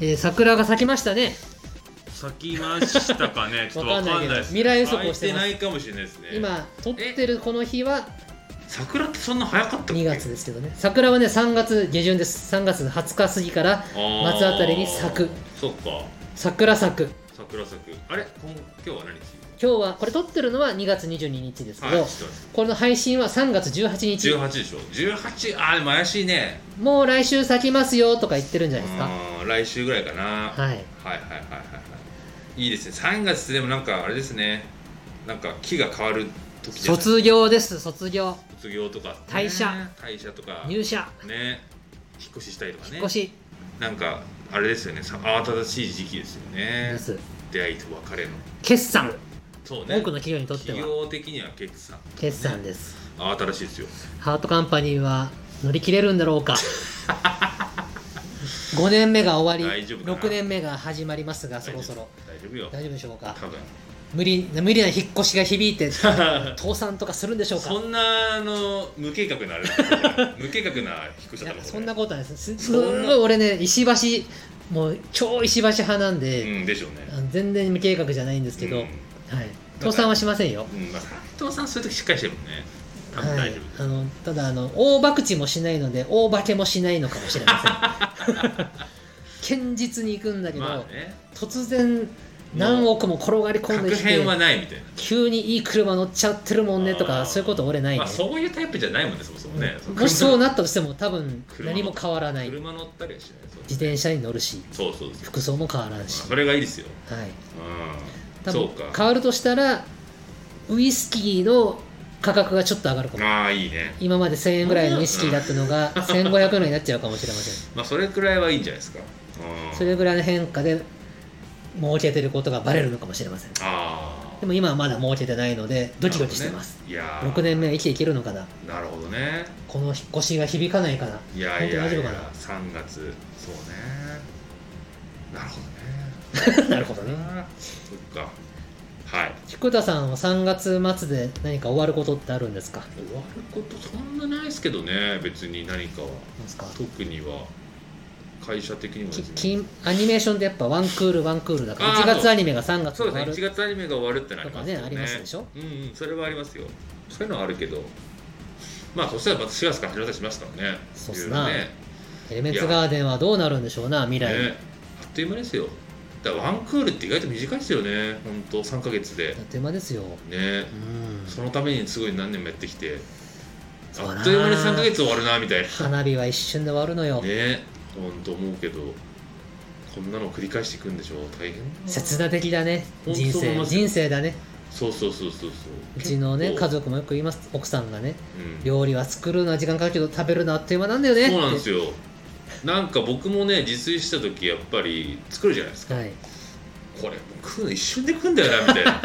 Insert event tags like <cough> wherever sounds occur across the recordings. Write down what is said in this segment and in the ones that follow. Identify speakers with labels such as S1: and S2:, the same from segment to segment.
S1: えー桜が咲きましたね
S2: 咲きまし
S1: <laughs>
S2: たかねちょっとわかんな
S1: わかん
S2: いです、ね、
S1: ないけど未来予測をして
S2: 咲いて
S1: ます
S2: ないかもしれないですね
S1: 今撮ってるこの日は
S2: 桜ってそんな早かったっけ
S1: 2月ですけどね桜はね3月下旬です3月20日過ぎから
S2: あー
S1: 末あたりに咲く
S2: そっか
S1: 桜咲く
S2: 桜咲くあれ今今日は何日
S1: 今日はこれ撮ってるのは2月22日ですけ
S2: はい
S1: ど、
S2: 知ってます
S1: この配信は3月18日
S2: 18でしょ18あーでも怪しいね
S1: もう来週咲きますよとか言ってるんじゃないですか
S2: うん来週ぐらいかな、はい、
S1: はい
S2: はいはいはいはいいいですね3月ってでもなんかあれですねなんか木が変わる時じゃない
S1: 卒業です卒業
S2: 卒業とか、ね
S1: 退社
S2: 退社とか
S1: 入社
S2: ね引っ越ししたりとかね
S1: 引っ越し
S2: なんかあれですよねさ慌ただしい時期ですよね
S1: です
S2: 出会いと別れの
S1: 決算
S2: そうね
S1: 多くの企業にとって
S2: 企
S1: は
S2: 業的には決算
S1: 決算です
S2: 慌ただしいですよ
S1: ハートカンパニーは乗り切れるんだろ <laughs> うか5年目が終わり
S2: 大丈夫かな
S1: 6年目が始まりますがそろそろ
S2: 大丈夫よ
S1: 大丈夫でしょうか
S2: 多分
S1: 無理無理な引っ越しが響い
S2: <laughs>
S1: て倒産とかするんでしょうか
S2: そんなあの無計画なあれ
S1: <laughs>
S2: だ無計画な引っ越し
S1: い
S2: だ
S1: や
S2: った
S1: そ
S2: も
S1: ん
S2: ん
S1: な
S2: ね
S1: ことはないですすす
S2: そん
S1: ご
S2: ない
S1: 俺ね石橋もう超石橋派なんで、
S2: うんでしょうね
S1: あの全然無計画じゃないんですけど、
S2: うん
S1: はい、倒産はしませんよ
S2: うんまあ、伊藤さんそういう時しっかりしてるもんね多分
S1: は
S2: 大
S1: い
S2: 丈夫、、
S1: あのただあの大博打もしないので大化けもしないのかもしれま
S2: <laughs>
S1: せん堅実に行くんだけど、
S2: まあね
S1: 突然何億も転がり込んで
S2: 確
S1: きて
S2: 変はないみたいな、
S1: 急にいい車乗っちゃってるもんねと
S2: あ
S1: か
S2: ー
S1: そういうこと俺ないね
S2: まあ、そういうタイプじゃないもんねそもそもね、
S1: もしそうな
S2: な
S1: ったとしても多分
S2: 車の
S1: 何も変わらない自
S2: 車乗ったりはしないそう
S1: 転車に乗るし
S2: そうそうそう
S1: 服装も変わらんし、
S2: それがいいですよ
S1: はい、
S2: うん
S1: 多
S2: そ
S1: 分
S2: うか
S1: 変わるとしたらウイスキーの価格がちょっと上がるかも
S2: ああいいね
S1: 今まで1000円ぐらいのウイスキーだったのが1500円になっちゃうかもしれません
S2: まあそれくらいはいいんじゃないですかうん
S1: それぐらいの変化で儲けてることがバレるのかもしれません
S2: ああ
S1: でも今はまだ儲けてないのでドキドキしてます、
S2: なるほ
S1: 6
S2: どね、いや
S1: 年目は生きていけるのかな
S2: ーなるほどね
S1: この引っ越しが響かないかない
S2: や
S1: 本
S2: いやい
S1: 当
S2: や
S1: 大丈夫か
S2: 3月そうねなるほどね
S1: ななるほどね
S2: あーそっかはい
S1: <laughs> 菊田さんは3月末で何か終わることってあるんですか
S2: 終わることそんなないですけどね別に何かは
S1: なんですか
S2: 特には会社的にも
S1: き
S2: ですね
S1: きアニメーションってやっぱワンクールワンクールだから
S2: あー
S1: 1月アニメが3月
S2: そう
S1: 終わ
S2: で
S1: る
S2: すね1月アニメが終わるってなりますよ
S1: とかねありますでしょ
S2: うんうんそれはありますよそういうのはあるけどまあそしたらまた4月から始まったりしますからね
S1: そうっ
S2: い
S1: す
S2: ろいろ
S1: な
S2: ね
S1: エレメンツガーデンはどうなるんでしょうな未来、
S2: ねあっという間ですよだからワンクールって意外と短いですよねほんと3ヶ月で
S1: あっという間ですよ
S2: ね
S1: うん
S2: そのためにすごい何年もやってきて
S1: そうだな
S2: あっという間に3ヶ月終わるなみたいな
S1: 花火は一瞬で終わるのよ、
S2: ね本当思うけどこんなの繰り返していくんでしょう大変だな
S1: 切断的だね
S2: 本当
S1: 人
S2: 思い
S1: 生
S2: ます
S1: 人生だね
S2: そうそうそうそうそう
S1: うちのね
S2: 結構
S1: 家族もよく言います奥さんがね
S2: うん
S1: 料理は作るのは時間かかるけど食べるのはあっという間なんだよね
S2: そうなんです
S1: よ
S2: よなんか僕もね自炊した時やっぱり作るじゃないですか
S1: はい
S2: これもう食うの一瞬で食うんだよなみたいな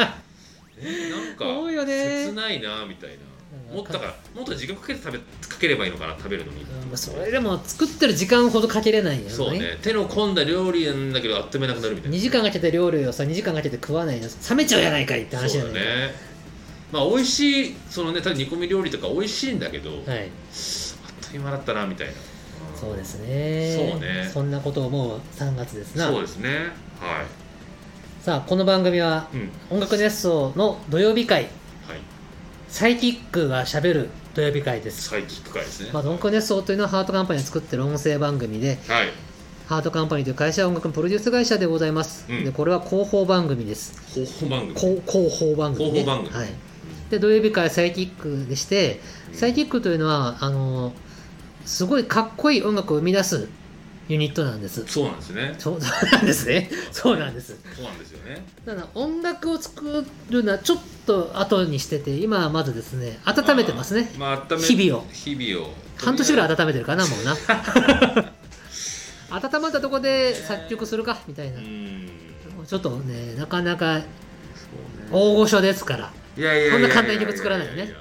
S2: <laughs> ねなんか
S1: 多いよね
S2: 切ないなみたい
S1: うん
S2: なもっとだからもっと時間かけて食べかければいいのかな食べるのに
S1: うんそれでも作ってる時間ほどかけれないよね
S2: そうね手の込んだ料理なんだけどあっという間なくなるみたいな
S1: 2時間かけて料理をさ2時間かけて食わないの冷めちゃうやないかいって話じゃ
S2: そ
S1: な
S2: う
S1: い
S2: だねまあ美味しいそのね多分煮込み料理とか美味しいんだけど、
S1: はい
S2: あっという間だったなみたいな
S1: そうですね
S2: そうね
S1: そんなことを思う3月ですな
S2: そうですねは
S1: さあこの番組はい
S2: うん
S1: 音楽熱奏の土曜日会
S2: はい
S1: サイキックがしゃべる土曜日会です
S2: サイキック会ですね、
S1: まあ、音楽熱奏というのはハートカンパニーが作ってる音声番組で
S2: はい
S1: ハートカンパニーという会社は音楽のプロデュース会社でございます、
S2: うん
S1: でこれは広報番組です
S2: 広報番組
S1: 広広報番組、ね、
S2: 広報番組
S1: はい、で土曜日からサイキックでしてサイキックというのはあのすごいかっこいい音楽を生み出すユニットなんです
S2: そうなんですね
S1: そうそうなんですねそうなんです
S2: そうなんですよね
S1: ただ音楽を作るのはちょっと後にしてて今はまずですね温めてますね
S2: まあ、まあ温め
S1: 日々を
S2: 日々を
S1: 半年ぐら
S2: い
S1: い温めてるかなもうな <laughs> 温まったとこで作曲するかみたいうな
S2: ーん
S1: ちょっとねなかなか
S2: そうね
S1: 大御所ですから
S2: いやいやいやいや
S1: こんな簡単に曲作らないよね
S2: ややや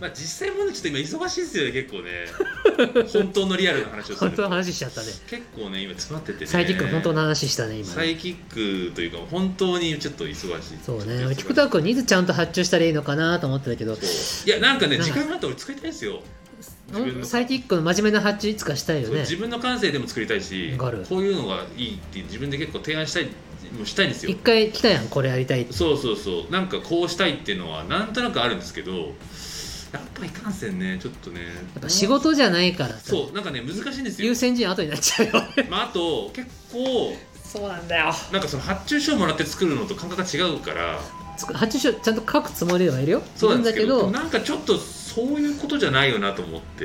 S2: まあ実際もねちょっと今忙しいですよね結構ね
S1: <laughs>
S2: 本当のリアルな話をする
S1: 本当
S2: と
S1: の話しちゃったね
S2: 結構ね今詰まっててね
S1: サイキックの本当の話したね今
S2: サ
S1: ね
S2: イキックというか本当にちょっと忙しい
S1: そう
S2: ちょっと忙
S1: ね
S2: しい
S1: 菊田君にずちゃんと発注したらいいのかなと思ってたけど
S2: そういやなんかね
S1: なん
S2: 時
S1: か
S2: 間があったら俺作りたいですよ自分の
S1: サイキックの真面目な発注いつかしたいよ
S2: そう
S1: ね
S2: 自分の感性でも作りたいし
S1: わかる
S2: こういうのがいいって自分で結構提案したいもうしたいんですよ
S1: 一回来たやんこれやりたいって
S2: そうそうそうなんかこうしたいっていうのはなんとなくあるんですけどやっぱいかんせんねちょっとね
S1: やっぱ仕事じゃないからさ
S2: そうなんかね難しいんですよ
S1: 優、先順位後になっちゃうよ
S2: まあ、あと結構
S1: そうなんだよ
S2: なんかその発注書もらって作るのと感覚が違うから
S1: 発注書ちゃんと書くつもりではいるよ
S2: そうなんですけど
S1: いるんだ
S2: なんかちょっとそういうことじゃないよなと思っ
S1: け
S2: て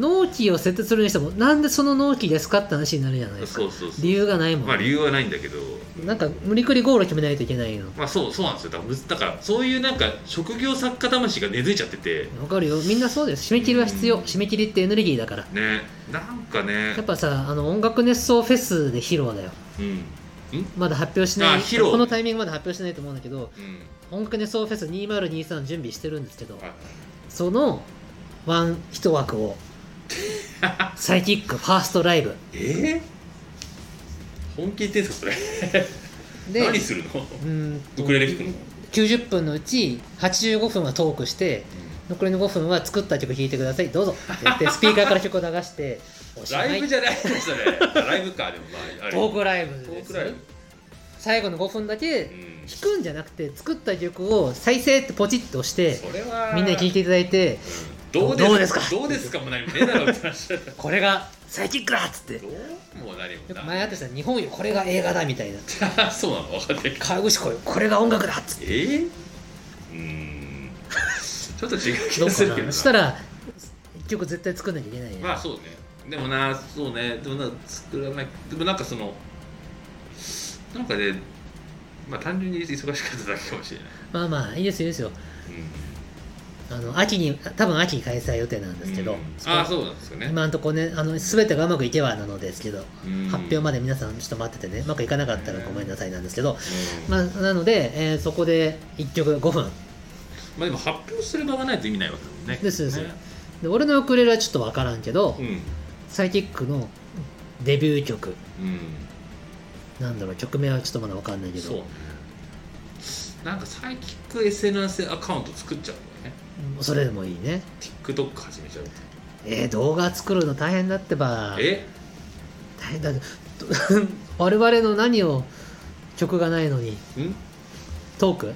S1: ど納期を設定するにしてもなんでその納期ですかって話になるじゃないですか
S2: そうそうそう
S1: 理由がないもん、
S2: まあ理由はないんだけど
S1: なんか無理くりゴール決めないといけないの
S2: まあそうそうなんですよだからむずだからそういうなんか職業作家魂が根付いちゃってて
S1: わかるよみんなそうです締め切りは必要
S2: うん
S1: 締め切りってエネルギーだから
S2: ねなんかね
S1: やっぱさあの音楽熱奏フェスで披露だよ
S2: うん
S1: まだ発表しな
S2: あ
S1: い
S2: 披露
S1: このタイミングまで発表しないと思うんだけど
S2: うん
S1: 音楽熱奏フェス2023の準備してるんですけど
S2: あ
S1: そのワン一枠をサイキックファーストライブ
S2: えー、本気言ってんすかそれ
S1: で
S2: 何するの
S1: うーんと
S2: ウクレレ弾くの
S1: 90分のうち85分はトークして残りの5分は作った曲弾いてくださいどうぞって言ってスピーカーから曲を流しておしまい
S2: ライブじゃないですよねライブかでもまああれ
S1: トークライブ
S2: ト
S1: で
S2: ー
S1: す
S2: クライブ
S1: 最後の5分だけ
S2: うん
S1: 弾くんじゃなくて作った曲を再生ってポチッと押して
S2: それは
S1: みんなに聴いていただいて
S2: うんどう
S1: どうで
S2: で
S1: すす
S2: か
S1: か
S2: どうですかもう何もねえだろうって話だよ
S1: これがサイキックだっつって
S2: どうも何も
S1: よく
S2: な
S1: 前あった人は日本よこれが映画だみたいな
S2: <laughs> そうなの分かんないけど
S1: 川口湖よこれが音楽だっつって
S2: えー、うーんちょっと違う気
S1: どう
S2: が
S1: か
S2: するけど
S1: な
S2: な
S1: したら一曲絶対作んなきゃいけないね、
S2: まあそうねでもなそうねでもな作らないでもなんかそのなんかねまあ単純に忙しかっただけかもしれない、
S1: まあまあいいですよいいですよ
S2: うん
S1: あの秋に多分秋に開催予定なんですけど、
S2: うん
S1: そこ
S2: ああそうなんですよね、
S1: 今のところねあの全てがうまくいけばなのですけど、
S2: うん
S1: 発表まで皆さんちょっと待っててねうまくいかなかったらごめんなさいなんですけど、
S2: うんま
S1: まあ、なので、えーそこで1曲5分
S2: あでも発表する場がないと意味ないわけだもんね
S1: ですです
S2: ね
S1: で俺のウクレレはちょっと分からんけど、
S2: うん
S1: サイキックのデビュー曲
S2: うん
S1: なんだろう曲名はちょっとまだ分かんないけ
S2: そうね
S1: ど
S2: なんかサイキック SNS アカウント作っちゃうんだよね
S1: それでもいいね
S2: TikTok 始めちゃうと
S1: えー、動画作るの大変だってば
S2: え
S1: 大変だど <laughs> 我々の何を曲がないのに
S2: うん
S1: トーク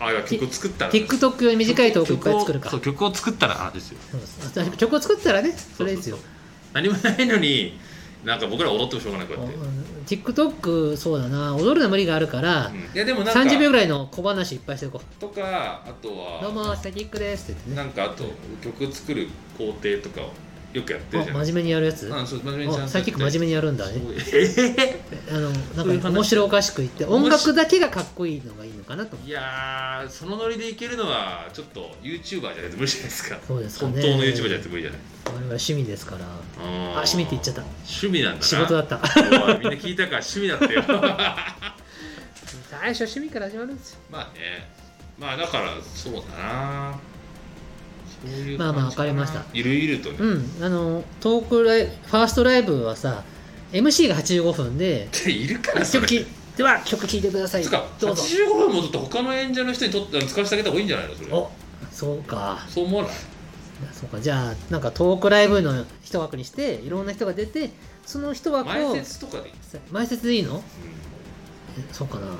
S2: あいや曲作ったら
S1: TikTok より短いトークいっぱい作る
S2: 曲
S1: か
S2: をそう曲を作ったらですよ
S1: そうです曲を作ったらねそれですよ
S2: そうそうそう何もないのになんか僕ら踊ってもしょうがないこうやって、
S1: うん TikTok そうだな踊るのは無理があるから、
S2: うんいやでもなんか
S1: 30秒ぐらいの小話いっぱいしていこう
S2: とかあと
S1: 「どうも
S2: は
S1: サイキックです」って言って
S2: な
S1: ね
S2: んかあと曲作る工程とかをよくやってるじゃ
S1: あ
S2: ない
S1: 真面目にやるやつ、
S2: うんそう真面目にち
S1: あ
S2: ゃんとやって
S1: サイキック真面目にやるんだね
S2: そうえ
S1: あの
S2: そうい
S1: な
S2: うん
S1: か
S2: 話
S1: 面白おかしく言って音楽だけがかっこいいのがいいのかなと
S2: ーいやーそのノリでいけるのはちょっと YouTuber じゃないと無理じゃないですか
S1: そうですか
S2: 本
S1: ね
S2: 当の YouTuber じゃないと無理じゃない
S1: 我々は趣味ですからあ
S2: あ
S1: 趣味って言っちゃった
S2: 趣味なんだな
S1: 仕事だった
S2: <laughs> おいみんな聞いたから趣味だってよ <laughs>
S1: 最初趣味から始まるんですよ
S2: まあねまあだからそうだなそういう
S1: まあまあ
S2: 感じな
S1: わかりました
S2: ゆるゆるとね、
S1: うんあのトークライブファーストライブはさ MC が85分で
S2: っているから
S1: 一
S2: それ
S1: 曲きでは曲聴いてください
S2: つうか
S1: どうぞ
S2: 85分もずっと他の演者の人にとって使わせてあげた方がいいんじゃないのそれ
S1: おそうか
S2: そう思わない
S1: そうかじゃあなんかトークライブの一枠にしていろんな人が出てその一枠を
S2: 前説とかで、
S1: 前説でいいの
S2: う、
S1: えそうかなん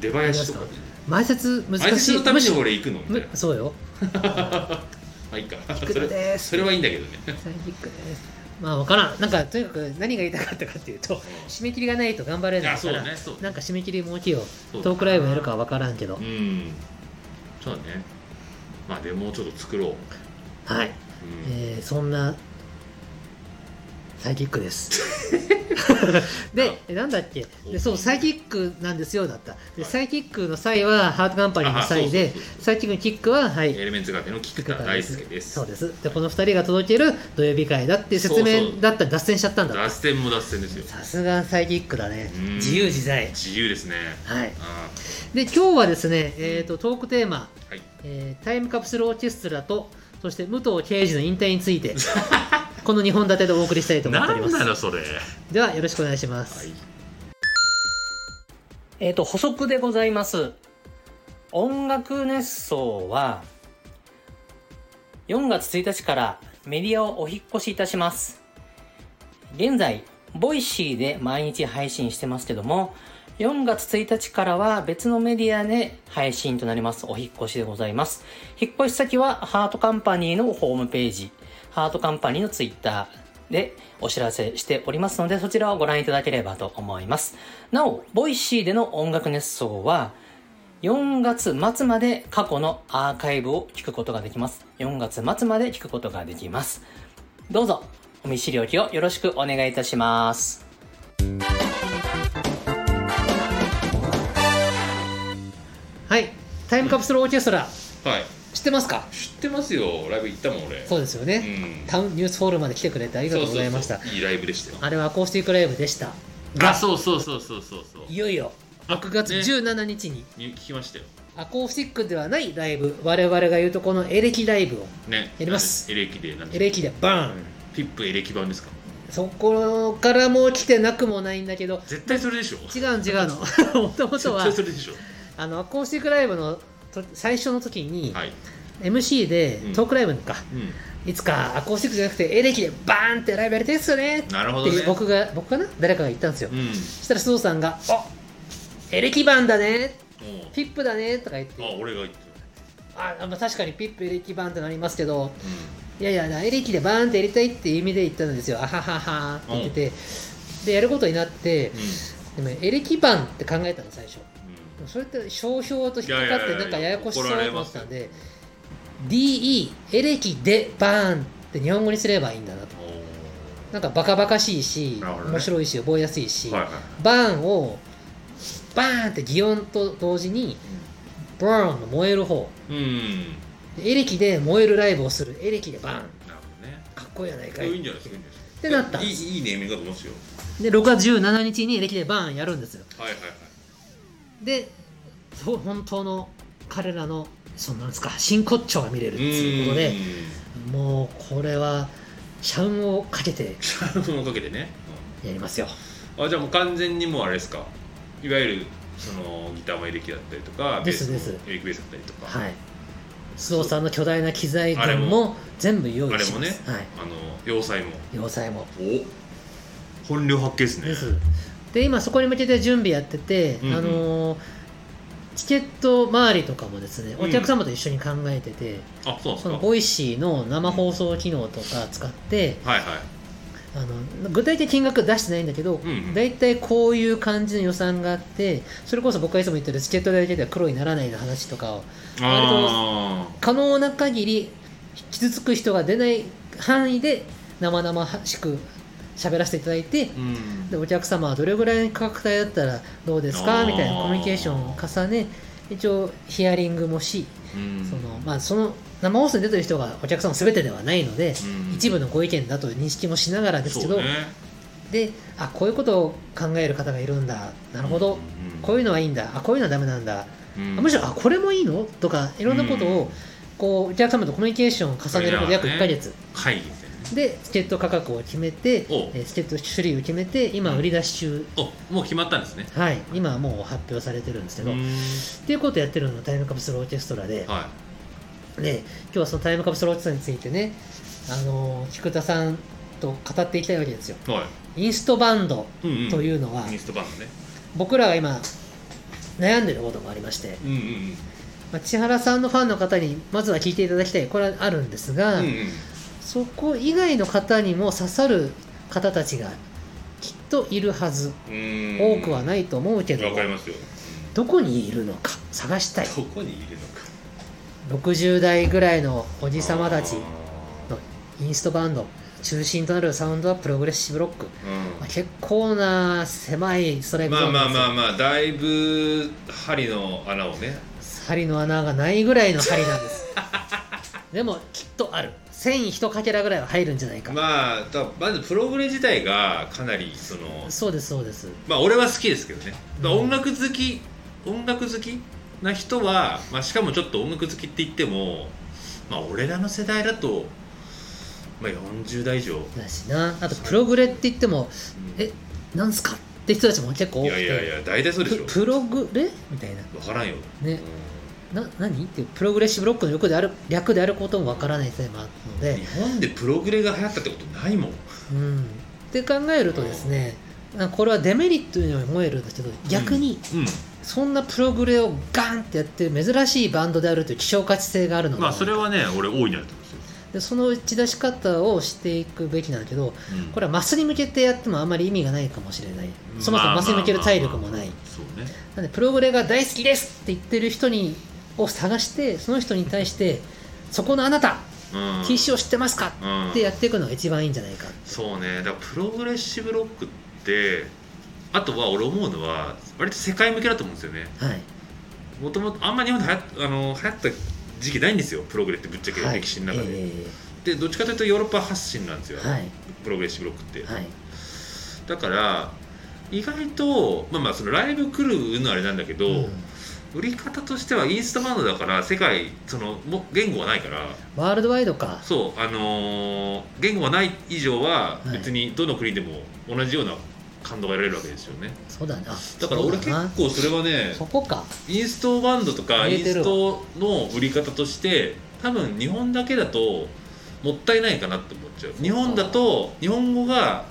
S2: 出囃子とかで
S1: 前説難
S2: 前
S1: し
S2: 説
S1: い
S2: のために俺行くのみ
S1: む
S2: たいな
S1: そうよ
S2: まあいいか
S1: いく
S2: そ
S1: ら
S2: れ
S1: です
S2: それはいいんだけどね
S1: サイキックですまあ分からんなんかとにかく何が言いたかったかっていうと締め切りがないと頑張れない
S2: あ
S1: か
S2: そう
S1: ら、
S2: ねそう
S1: なんか締め切りも大きいよ
S2: そう
S1: トークライブやるかは分からんけど、
S2: うんそうだねまあでもうちょっと作ろう、
S1: はい、
S2: うん
S1: えー、そんなサイキックです
S2: <laughs>
S1: でえなんだっけでそうサイキックなんですよだったでサイキックの際はハートカンパニーの際
S2: あ
S1: で
S2: そうそうそうそう
S1: サイキックのキックははい
S2: エレメンツカフェの菊田大輔です
S1: そうですでこの2人が届ける土曜日会だっていう説
S2: そうそう
S1: 明だったら脱線しちゃったんだ
S2: 脱線も脱線ですよ
S1: さすがサイキックだね
S2: うん
S1: 自由自在
S2: 自由ですね
S1: はい
S2: あ
S1: で今日はですね、えー、とトークテーマ、
S2: ーはい
S1: えータイムカプセルオーケストラとそして武藤敬司の引退につ <laughs> いてこの2本立てでお送りしたいと思っており
S2: 何
S1: ま
S2: な
S1: す
S2: のそれ
S1: ではよろしくお願いします、
S2: はい
S3: えっ、と、補足でございます。音楽熱奏は、 4月1日からメディアをお引っ越しいたします。現在、ボイシーで毎日配信してますけども、4月1日からは別のメディアで配信となります。お引っ越しでございます。引っ越し先はハートカンパニーのホームページ、ハートカンパニーのツイッターでお知らせしておりますので、そちらをご覧いただければと思います。なお、ボイシーでの音楽熱奏は、4月末まで過去のアーカイブを聞くことができます。4月末まで聞くことができます。どうぞ、お見知りおきをよろしくお願いいたします。
S1: はいタイムカプセルオーケストラ
S2: はい
S1: 知ってますか
S2: 知ってますよライブ行ったもん俺
S1: そうですよね、
S2: うん
S1: タウンニュースフォールまで来てくれてありがとうございました
S2: そうそうそういいライブでしたよ
S1: あれはアコースティックライブでした
S2: あそうそうそうそうそうそう
S1: いよいよ6月
S2: ね
S1: 17日に
S2: 聞きましたよ
S1: アコースティックではないライブ我々が言うとこのエレキライブを
S2: ね
S1: やります
S2: エレキでなん
S1: エ
S2: で
S1: レキでバーン
S2: ピップエレキ版ですか
S1: そこからもう来てなくもないんだけど
S2: 絶対それでしょ
S1: 違う違うの <laughs> もともと
S2: 絶
S1: は
S2: 対それでしょ
S1: あのアコースティックライブのと最初の時に、
S2: はい
S1: MC で
S2: うん
S1: トークライブか、
S2: うん
S1: いつかアコースティックじゃなくてエレキでバーンってライブやりたいっすよねって
S2: なるほどね
S1: 僕が僕かな誰かが言ったんですよ、
S2: うん
S1: そしたら須藤さんが「あエレキ版だね
S2: もう
S1: ピップだね」とか言っ
S2: あ
S1: て
S2: 俺が言ってる
S1: 「あまあ確かにピップエレキ版ってなりますけど
S2: う
S1: いやいやエレキでバーンってやりたい」っていう意味で言ったんですよ「あははは」って言ってて、でやることになって
S2: んうん
S1: でもエレキ版って考えたの最初
S2: うん
S1: でもそれって商標と引っかかっ
S2: いやいやい
S1: て
S2: や
S1: なんかややこしそう
S2: 怒ら
S1: だ
S2: れ
S1: と思
S2: ま
S1: っ
S2: す
S1: て
S2: よ
S1: たんで DE エレキでバーンって日本語にすればいいんだなと
S2: お
S1: なんかバカバカしいし、
S2: なるほどね
S1: 面白いし覚えやすいし、
S2: ーはいはい
S1: バーンをバーンって擬音と同時にバーンの燃える方
S2: うんうん
S1: でエレキで燃えるライブをするエレキでバーン
S2: なるほどね
S1: かっこいいやない
S2: こ
S1: か
S2: れ
S1: い
S2: いいんじゃないですかいいんじゃないです
S1: ってな
S2: か
S1: ったん
S2: い
S1: で
S2: い
S1: す
S2: いいネーミングだと思うんですよ
S1: で6月17日にエレキでバーンやるんですよ
S2: はいはいはい
S1: でそう本当の彼らのそのなんですか真骨頂が見れるっていうことでもうこれはシャンをかけて
S2: シ <laughs> ャープのおかげでね、
S1: やりますよ
S2: うんあじゃあもう完全にもうあれですかいわゆるそのギターもエレキだったりとか
S1: です
S2: ベースも
S1: です
S2: エレキベースだったりとか、
S1: はい須藤さんの巨大な機材
S2: あれ
S1: 群も
S2: も
S1: 全部用
S2: あ
S1: 意
S2: れ
S1: し
S2: も
S1: ま
S2: ね
S1: す、はい、
S2: あの要塞も
S1: 要塞も
S2: お本領発揮ですね
S1: ですで今そこに向けて準備やってて、
S2: うんうん
S1: あのーチケット周りとかもですね
S2: うん
S1: お客様と一緒に考えてて、
S2: あそうなんです
S1: そ
S2: か
S1: のボイシーの生放送機能とか使って、
S2: はいはい
S1: あの具体的金額出してないんだけど、
S2: うんうん
S1: 大体こういう感じの予算があってそれこそ僕がいつも言ってるチケット代だけでは黒にならないの話とかを
S2: あ
S1: 可能な限り傷つく人が出ない範囲で生々しく喋らせていただいて
S2: ー、うん
S1: でお客様はどれぐらいの価格帯だったらどうですか
S2: あー
S1: みたいなコミュニケーションを重ね一応ヒアリングもし、
S2: うん
S1: そのまあ、その生放送に出てる人がお客様全てではないので、
S2: うん
S1: 一部のご意見だと認識もしながらですけど、
S2: そうね
S1: であこういうことを考える方がいるんだなるほど、
S2: うん
S1: こういうのはいいんだあこういうのはダメなんだ、
S2: うん
S1: あむしろあこれもいいのとかいろんなことを、
S2: うん
S1: こうお客様とコミュニケーションを重ねること約1ヶ月、
S2: 会議みたいなね
S1: でチケット価格を決めて、
S2: お
S1: えーチケット種類を決めて今売り出し中、
S2: おもう決まったんですね
S1: はい今はもう発表されてるんですけ
S2: う
S1: ど、っ
S2: ん
S1: ていうことをやってるのがタイムカプセルオーケストラで、
S2: は
S1: で今日はそのタイムカプセルオーケストラについてねあのー菊田さんと語っていきたいわけですよ
S2: いは
S1: インストバンド
S2: い、うんうん、
S1: というのは、
S2: ミストバンドね
S1: 僕らが今悩んでることもありまして、
S2: うんうん
S1: まあ、千原さんのファンの方にまずは聞いていただきたいこれはあるんですが、
S2: うんうんうん
S1: そこ以外の方にも刺さる方たちがきっといるはず多
S2: 多
S1: くはないと思うけど
S2: わかりますよ
S1: どこにいるのか探したい
S2: どこにいるのか
S1: 60代ぐらいのおじさまたち
S2: あ
S1: のインストバンド中心となるサウンドはプログレッシブロック、まあ、
S2: ー
S1: 結構な狭いストラ
S2: う
S1: イ
S2: ん
S1: ク
S2: まあまあまあ
S1: あ
S2: まあだいぶ針の穴をね
S1: 針の穴がないぐらいの針なんです <laughs> でもきっとある1000一かけらぐらいは入るんじゃないか、
S2: まあたまずプログレ自体がかなりその
S1: そうですそうです
S2: まあ俺は好きですけどね、まあ
S1: うん
S2: 音楽好き音楽好きな人は、まあ、しかもちょっと音楽好きって言ってもまあ俺らの世代だと、まあ、40代以上、うん
S1: だしなあとプログレって言ってもえなんすかって人たちも結構多
S2: い
S1: く
S2: や
S1: て
S2: いやいや大体そうでしょ
S1: ププログレみたいな
S2: 分からんよ、
S1: ね
S2: う
S1: な何ってプログレッシブロックの略である略であることもわからない点もあるので
S2: 日、本でプログレが流行ったってことないもん
S1: うん、って考えるとですねなんかこれはデメリットにも思えるんですけど逆に
S2: う
S1: そんなプログレをガンってやってる珍しいバンドであるという希少価値性があるの
S2: ん
S1: で,、
S2: まあそれはね俺大いないと思うんですよ、
S1: でその打ち出し方をしていくべきなんだけど
S2: うん
S1: これはマスに向けてやってもあまり意味がないかもしれないそもそもマスに向ける体力もない
S2: そうね
S1: なんでプログレが大好きですって言ってる人にを探してその人に対して「そこのあなた TC を知ってますか?」
S2: うん
S1: ってやっていくのが一番いいんじゃないか
S2: そうねだからプログレッシブロックってあとは俺思うのは割と世界向けだと思うんですよね
S1: はい
S2: もともとあんま日本で流行あの流行った時期ないんですよプログレってぶっちゃけ
S1: はい
S2: 歴史の中で、
S1: え
S2: でどっちかというとヨーロッパ発信なんですよ、
S1: ーはい
S2: プログレッシブロックって、
S1: はい
S2: だから意外とまあまあそのライブ来るのあれなんだけど、
S1: うん
S2: 売り方としてはインスタバンドだから世界そのも言語はないから
S1: ワールドワイドか
S2: そうあのー言語はない以上は
S1: はい
S2: 別にどの国でも同じような感動が得られるわけですよね、
S1: そうだな
S2: だから
S1: そう
S2: 俺結
S1: だな
S2: 構それはね
S1: そこか
S2: インストバンドとか
S1: 入
S2: イ
S1: れ
S2: ン
S1: て
S2: ス
S1: るわ
S2: トの売り方として多分日本だけだともったいないかなって思っちゃう日本だと日本語が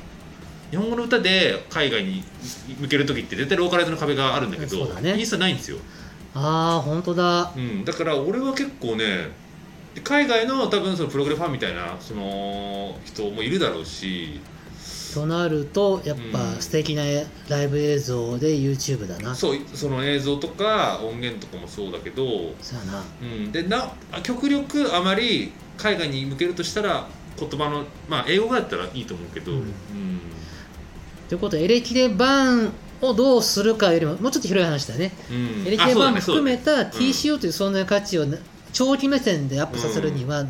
S2: 日本語の歌で海外に向ける時って絶対ローカライズの壁があるんだけど
S1: そうだね
S2: インスタないんですよ、
S1: ああ本当だ
S2: うん、だから俺は結構ねで海外の多分そのプログレファンみたいなその人もいるだろうし
S1: となるとやっ
S2: う
S1: ぱ
S2: ん
S1: 素敵なライブ映像で YouTube だなそ
S2: そうその映像とか音源とかもそうだけど
S1: うやな
S2: うん、でな極力あまり海外に向けるとしたら言葉のまあ英語がだったらいいと思うけど、
S1: う
S2: うんん
S1: ということでエレキでバンをどうするかよりももうちょっと広い話だよね
S2: うん
S1: エレキ
S2: あ
S1: で
S2: そう
S1: バ
S2: だ
S1: ン
S2: ね
S1: も
S2: そう
S1: 含
S2: だね
S1: めた
S2: そうだね
S1: TCO という存在価値をな長期目線でアップさせるには、
S2: うん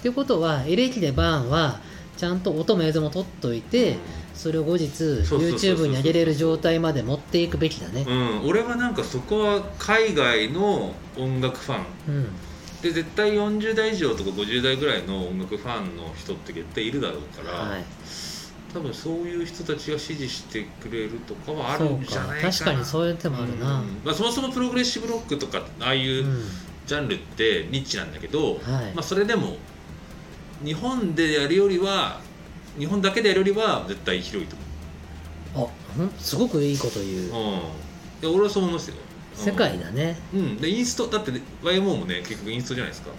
S1: ということはエレキでバンはちゃんと音も映像も撮っといて、それを後日
S2: そうそうそうそう
S1: YouTube に上げれる状態まで持っていくべきだね
S2: う、んうん俺はなんかそこは海外の音楽ファン
S1: うん、
S2: で絶対40代以上とか50代ぐらいの音楽ファンの人って絶対いるだろうから、
S1: はい
S2: 多分そういう人たちが支持してくれるとかはあ
S1: そ
S2: るん
S1: う
S2: じゃ
S1: か
S2: ないかな
S1: 確かにそういう手もある
S2: う、
S1: なん
S2: まあ、そもそもプログレッシブロックとかああいう、
S1: うん
S2: ジャンルってニッチなんだけど、
S1: はい
S2: まあ、それでも日本でやるよりは日本だけでやるよりは絶対広いと
S1: あほんすごくいいこと言う、
S2: 思う、うん、で俺はそう思いますよ
S1: 世界だね
S2: うん、うんでインストだって YMO もね結局インストじゃないですか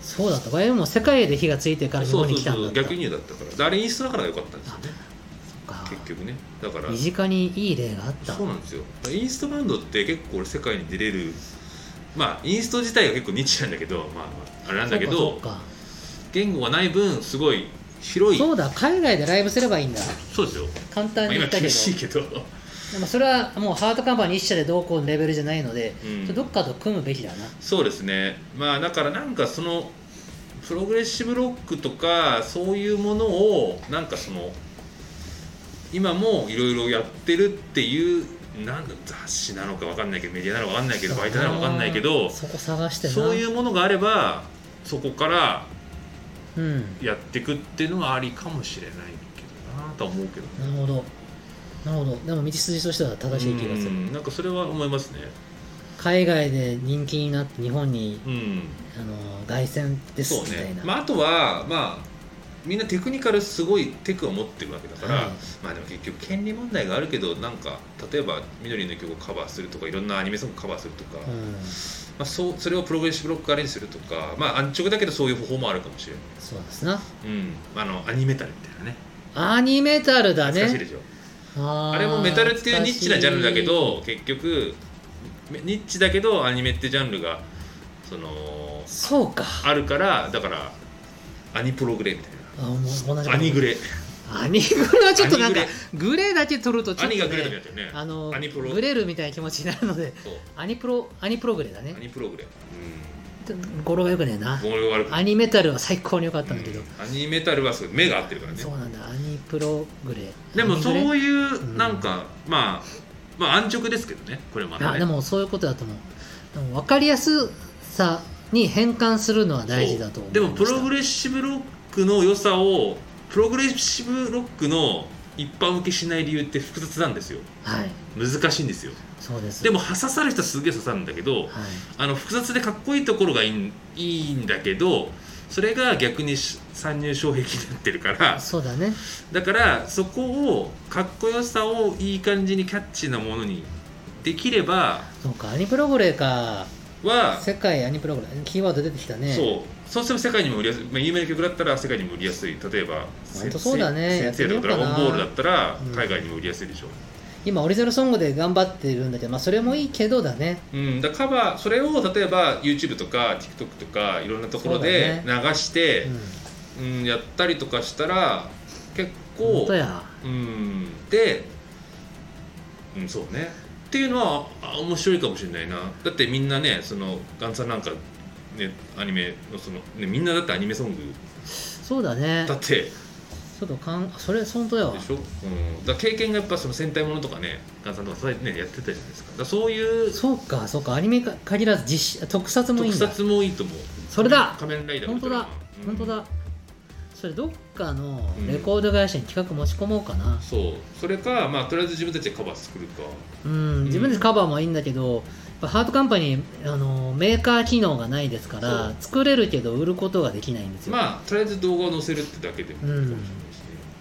S1: そうだった YM も世界で火がついてから日
S2: そ
S1: 本
S2: うそ
S1: に
S2: う
S1: 来たん
S2: そ
S1: だっ
S2: う
S1: た
S2: 逆輸入だったからであれインストだから良かったんですよね
S1: そっか
S2: 結局ねだから
S1: 身近にいい例があった
S2: そうなんですよだからインストバンドって結構俺世界に出れるまあインスト自体が結構ニッチなんだけどまあまああれなんだけ
S1: そ
S2: ど
S1: うかそうか
S2: 言語がない分すごい広い
S1: そうだ海外でライブすればいいんだ
S2: そうですよ
S1: 簡
S2: ま
S1: 単
S2: あ
S1: に
S2: 今
S1: 言ったけ
S2: 厳
S1: ど
S2: しいけど <laughs>
S1: でもそれはもうハートカンパニー一社でどうこうのレベルじゃないので、
S2: うん
S1: どっかと組むべきだな
S2: そうですねまあだからなんかそのプログレッシブロックとかそういうものをなんかその今もいろいろやってるっていうなんだ雑誌なのかわかんないけどメディアなのかわかんないけど媒体なのかわかんないけど
S1: そこ探してな
S2: そういうものがあればそこから
S1: うん
S2: やっていくっていうのはありかもしれないけどなとは思うけど
S1: なるほどなるほどでも道筋としては正しい気がす
S2: う
S1: る
S2: んなんかそれは思いますね
S1: 海外で人気になって日本に
S2: うん
S1: あの凱旋です
S2: そう
S1: みたい
S2: ね
S1: な、、
S2: まあ、あとはまあみんなテクニカルすごいテクを持ってるわけだから、
S1: はい
S2: まあでも結局権利問題があるけどなんか例えば緑の曲をカバーするとかいろんなアニメソングをカバーするとか、
S1: う
S2: ま
S1: ん
S2: あ、そうそれをプログレッシブロックからにするとかまあ安直だけどそういう方法もあるかもしれな、
S1: そうですない
S2: うん、あのアニメタルみたいなね
S1: アニメタルだ
S2: 懐かしいで
S1: ね
S2: しょ、
S1: あー
S2: あれもメタルっていうニッチなジャンルだけど結局めニッチだけどアニメってジャンルがその
S1: そうか
S2: あるからだからアニプログレみたい
S1: あもう同じ
S2: なアニグ
S1: レ
S2: レ
S1: アニグレはちょっとなんか
S2: アニ
S1: グレーだけ取るとちょっと、
S2: 兄
S1: ね、
S2: がグレートになってるね。
S1: あの
S2: アニプロ
S1: グレるみたいな気持ちになるので <laughs>
S2: そう。
S1: アニプロアニプログレだね
S2: アニプログレ。
S1: 語呂がよくねえな
S2: うん。語呂が悪く
S1: アニメタルは最高に良かったんだけど、
S2: うんアニメタルはすごい目が合ってるからね
S1: そう。なんだアニプログレ
S2: でもそ
S1: アニグ
S2: う
S1: レ
S2: いうなんかまあまあ安直ですけどね。これまた
S1: あで
S2: ね。
S1: もそういうことだと思うでも分かりやすさに変換するのは大事だと思
S2: そううでもプログ
S1: レ
S2: レッシブロックの良さをプログレッシブロックの一般受けしない理由って複雑なんですよ
S1: はい
S2: 難しいんですよ
S1: そうです
S2: でも刺さる人はすげえ刺さるんだけど
S1: はい
S2: あの複雑でかっこいいところがいいんいいんだけどそれが逆にし参入障壁になってるから
S1: そうだね
S2: だからそこをかっこよさをいい感じにキャッチーなものにできれば
S1: そうかアニプログレか
S2: は、
S1: 世界アニプログレキーワード出てきたね
S2: そうそうしても世界にも売りやすい、まあ、有名な曲だったら世界にも売りやすい例えば「
S1: 本当そうだね
S2: 先生」とか「
S1: や
S2: ド
S1: ってみようかな
S2: ラゴンボール」だったら
S1: うん
S2: 海外にも売りやすいでしょ、
S1: 今オリジナルソングで頑張ってるんだけど、まあ、それもいいけどだね
S2: うん、だからカバーそれを例えば YouTube とか TikTok とかいろんなところで
S1: そう
S2: 流して
S1: う
S2: う、
S1: ん
S2: ん、やったりとかしたら結
S1: 本
S2: 構
S1: 当や
S2: うんで、うん、そうねっていうのはあ面白いかもしれないなだってみんなねそのガンさんなんかねアニメのその、ね、みんなだってアニメソング
S1: そうだね
S2: だって
S1: ちょっとかんそれ本当やわ
S2: でしょ、うん、だから経験がやっぱその戦隊ものとかねガンさんとかそうやってねやってたじゃないですかだからそういう
S1: そうかそうかアニメか限らず実写特撮もいい
S2: 特
S1: んだ
S2: 撮もいいと思う
S1: それだ
S2: 仮面ライダー
S1: 本
S2: み
S1: 当
S2: たいな
S1: だ
S2: うん
S1: 本当だそれどっかの
S2: うん
S1: レコード会社に企画持ち込もうかな
S2: そうそれかまあとりあえず自分たちでカバー作るか
S1: うん、自分でカバーもいいんだけどやっぱハートカンパニーあのメーカー機能がないですか
S2: そう
S1: ら作れるけど売ることができないんですよ、
S2: まあとりあえず動画を載せるってだけでもいいかもしれないしね、うん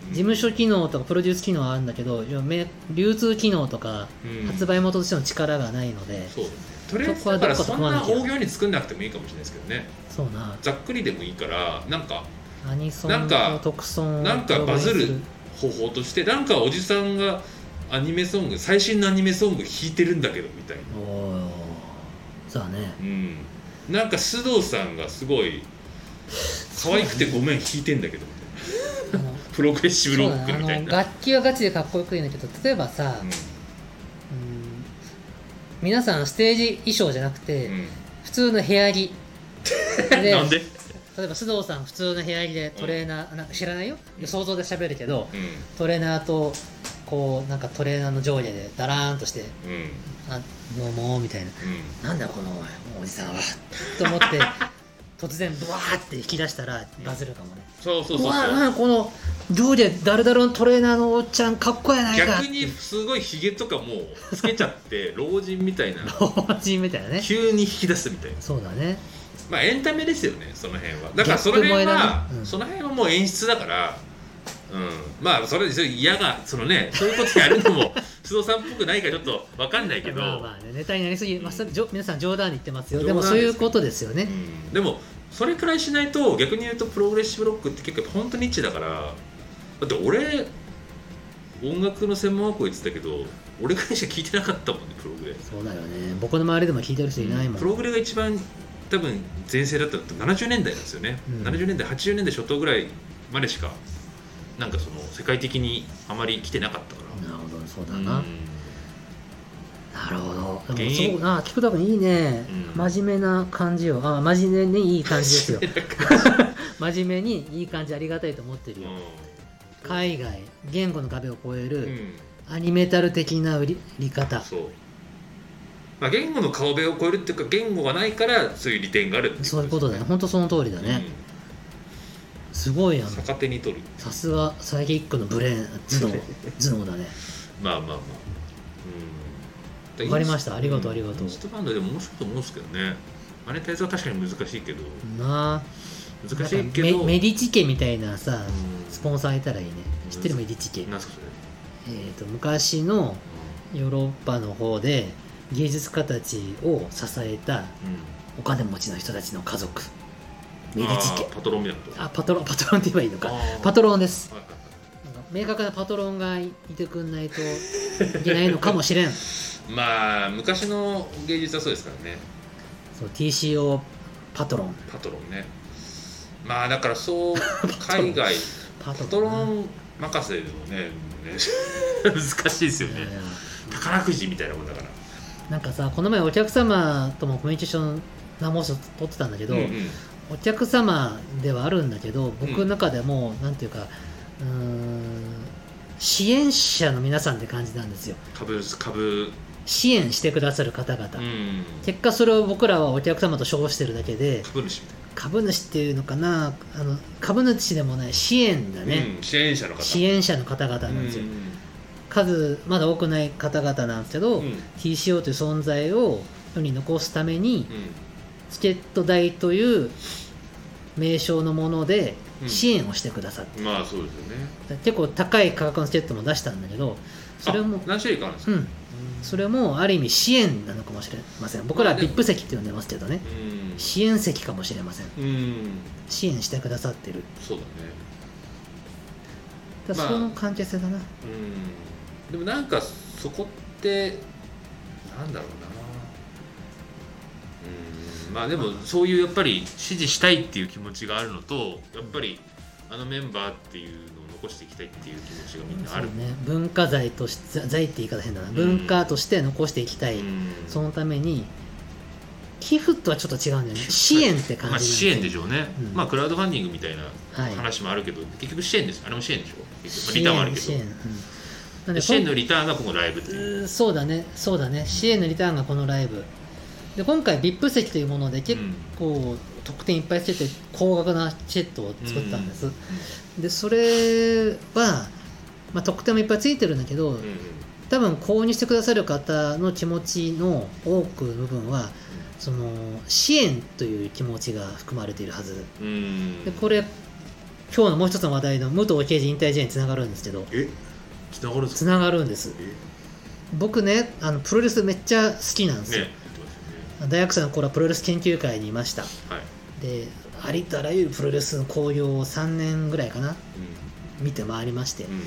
S1: 事務所機能とかプロデュース機能はあるんだけどいやめ流通機能とか
S2: うん
S1: 発売元としての力がないので、
S2: そうとりあえず
S1: そこは
S2: だから
S1: どっかと
S2: そ
S1: 組
S2: ん
S1: まなき
S2: な
S1: ゃ
S2: 大行に作んなくてもいいかもしれないですけどね
S1: そうな
S2: ざっくりでもいいからなんか
S1: アニソ
S2: なん
S1: ン
S2: か
S1: と特ソンを
S2: なんかバズる方法としてなんかおじさんがアニメソング最新のアニメソング弾いてるんだけどみたいな
S1: おおーそうだね
S2: うんなんか須藤さんがすごい可愛くてごめん弾いてんだけどみたいな
S1: あの
S2: プログレッシブロ
S1: そう
S2: ック
S1: だ
S2: みた
S1: ねあ
S2: い
S1: の
S2: な
S1: 楽器はガチでかっこよくいいんだけど例えばさ、うん皆さんステージ衣装じゃなくて、
S2: うんうん
S1: 普通の部屋着で
S2: なんで
S1: 例えば須藤さん普通の部屋着でトレーナー、なんか知らないよ想像で喋るけど
S2: う
S1: トレーナーとこうなんかトレーナーの上下でダラーンとして
S2: んうん
S1: 「あどうも」みたいな「なんだこのおじさんは」と思って突然ブワーって引き出したらバズるかもね。
S2: そうそう
S1: う
S2: そう
S1: わ
S2: そう
S1: なんかこの上下ダルダルのトレーナーのおっちゃんかっこやないか
S2: 逆にすごいひげとかもうつけち
S1: <laughs>
S2: ゃって老人みたいな
S1: 老人みたいなね
S2: 急に引き出すみたいな
S1: そうだね
S2: まあエンタメですよねその辺はだからその辺
S1: ギャップ萌
S2: は
S1: え、だねうん
S2: その辺はもう演出だからうんまあそれそれ嫌がそのねそういうことやるのも須藤さんっぽくないからちょっとわかんないけ
S1: <laughs>
S2: ど、
S1: まあまあねネタになりすぎ、まあそれじょ皆さん冗談に言ってますよ
S2: 冗
S1: で
S2: 談
S1: も
S2: です
S1: そういうことですよ
S2: う
S1: ね、
S2: んでもそれくらいしないと逆に言うとプログレッシブロックって結構本当にニッチだからだって俺音楽の専門学校行ってたけど俺くらいしか聞いてなかったもんねプログレ
S1: そうだよね僕の周りでも聞いてる人いないもん、
S2: プログレが一番多分全盛だったのって70年代なんですよね、
S1: うん
S2: 70年代80年代初頭ぐらいまでしかなんかその世界的にあまり来てなかったか
S1: なるほどそうだ
S2: ら、
S1: な、
S2: うん
S1: なるほど
S2: 現
S1: でも
S2: 役
S1: そうな菊田君いいね、
S2: うん
S1: 真面目な感じよあ真面目にいい感じです
S2: <laughs>
S1: よ真面目にいい感じありがたいと思ってるよ、
S2: うん
S1: 海外言語の壁を越え
S2: う
S1: る、
S2: ん
S1: アニメタル的な売り売り方
S2: そう、まあ、言語の顔べを超えるっていうか言語がないからそういう利点があるって
S1: そういうことだね
S2: ね
S1: 本当その通りだね、すごいや
S2: うんん逆手に取る
S1: さすがサイキックのブレーン頭
S2: <laughs>
S1: 脳頭脳だね
S2: まあまあまあうん
S1: わかりましたありがとうありがとうん
S2: インストバンドでも面白いと思うんですけどねマネタイズは確かに難しいけど
S1: なあ
S2: 難しいけ
S1: なん
S2: ど
S1: かメメディチ家みたいなさ、
S2: うん
S1: スポンサーいたらいいね知ってるメディチ家、
S2: なんすかそれ
S1: えー、と昔のヨーロッパの方で芸術家たちを支えた
S2: うん
S1: お金持ちの人たちの家族メディチ家
S2: あーパトロンみたいなこと
S1: あパトロンパトロンって言えばいいのか
S2: あー
S1: パトロンです
S2: はいはいはい
S1: なんか明確なパトロンがいてくんないといけないのかもしれん
S2: まあ昔の芸術はそうですからね
S1: そう TCO パトロン
S2: パトロンねまあだからそう海外
S1: <laughs> パ
S2: パトロ
S1: ン
S2: ン任せでもねね難しいですよ
S1: いやい
S2: ね
S1: や
S2: 宝くじみたいなもんだから
S1: なんかさこの前お客様ともコミュニケーション何本取ってたんだけど、
S2: うんうん
S1: お客様ではあるんだけど僕
S2: う
S1: の
S2: ん
S1: 中でも、なんていうかうーん支援者の皆さんって感じなんですよ
S2: 株株
S1: 支援してくださる方々、
S2: うん
S1: 結果それを僕らはお客様と称してるだけで
S2: 株主みたい
S1: 株主っていうのかなあの株主でもない支援だね、
S2: うん、支援者の方
S1: 支援者の方々なんですよ、数まだ多くない方々なんですけど、
S2: うんうん
S1: TCO という存在を世に残すために、チケット代という名称のもので
S2: うん
S1: 支援をしてくださって、
S2: うんまあそうですよね
S1: 結構高い価格のチケットも出したんだけどそれも
S2: あ何種類かあるんです
S1: う
S2: か、
S1: んそれもある意味支援なのかもしれません僕らは VIP 席って呼んでますけどね
S2: う
S1: 支援席かもしれません
S2: ん、うん、
S1: 支援してくださってる
S2: そうだね
S1: だから
S2: まあ
S1: その関係性だな、
S2: うんでもなんかそこってなんだろうなうんまあでもそういうやっぱり支持したいっていう気持ちがあるのとやっぱりあのメンバーっていうのを残していきたいっていう気持ちがみんなある
S1: そうね、文化財として財って言い方変だな、
S2: ん
S1: 文化として残していきたい、
S2: うん
S1: そのために寄付とはちょっと違うんだよね支援って感じ
S2: まあ、支援でし
S1: ょ
S2: ょうね、
S1: うん
S2: まあクラウドファンディングみたいな
S1: はい
S2: 話もあるけど、結局支援ですあれも支援でしょ結局まあリターンはあるけど
S1: 支
S2: 支
S1: 援支援,、
S2: 援
S1: うん、なんで
S2: のリターンがこのライブっていう、
S1: うーそうだねそうだね支援のリターンがこのライブで今回 VIP 席というもので結構得点いっぱいつけて高額なチケットを作ったんです、でそれは、まあ、得点もいっぱいついてるんだけど、
S2: うんうん
S1: 多分購入してくださる方の気持ちの多くの部分はその支援という気持ちが含まれているはず
S2: うん
S1: でこれ今日のもう一つの話題の武藤刑事引退試合につながるんですけど
S2: えつながるんです
S1: つ
S2: か
S1: ながるんです
S2: え
S1: 僕ねあのプロレスめっちゃ好きなんですよ、
S2: ね言ってましたよね
S1: 大学生の頃はプロレス研究会にいました
S2: はい、
S1: でありとあらゆるプロレスの興行を3年ぐらいかな見て回りまして
S2: うんうん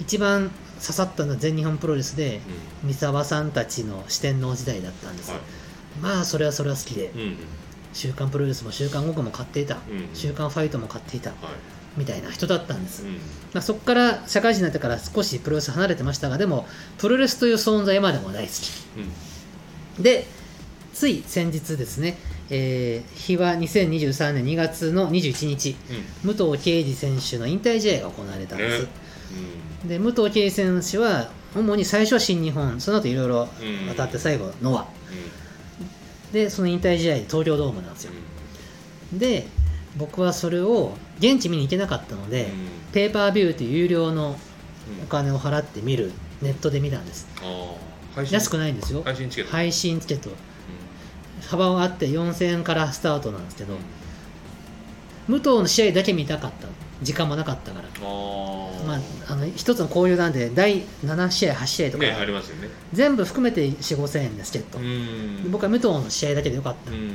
S1: 一番刺さったのは全日本プロレスで三沢さんたちの四天王時代だったんですよ、
S2: は
S1: まあそれはそれは好きで
S2: い、うんうん
S1: 週刊プロレスも週刊国も買っていた
S2: うんうん
S1: 週刊ファイトも買っていた
S2: は
S1: みたいな人だったんです
S2: い、うん
S1: まあ、そこから社会人になってから少しプロレス離れてましたがでもプロレスという存在までも大好
S2: うん
S1: きでつい先日ですね、えー日は2023年2月の21日
S2: うん
S1: 武藤敬司選手の引退試合が行われたんです、
S2: ね
S1: で武藤敬司選手は主に最初は新日本その後いろいろ当たって最後ノアでその引退試合東京ドームなんですよで僕はそれを現地見に行けなかったので、
S2: うんうん
S1: ペーパービューという有料の
S2: うん
S1: お金を払って見るネットで見たんです
S2: あー配信
S1: 安くないんですよ
S2: 配信チケット、
S1: 配信チケット幅があって4000円からスタートなんですけ
S2: う
S1: ど
S2: ん、
S1: 武藤の試合だけ見たかった時間もなかったから
S2: あー
S1: まあ、あの一つの交流なんで第7試合8試合とか、
S2: ねありますよね
S1: 全部含めて4 5千円ですチケット、
S2: ん
S1: で僕は武藤の試合だけでよかった、
S2: うん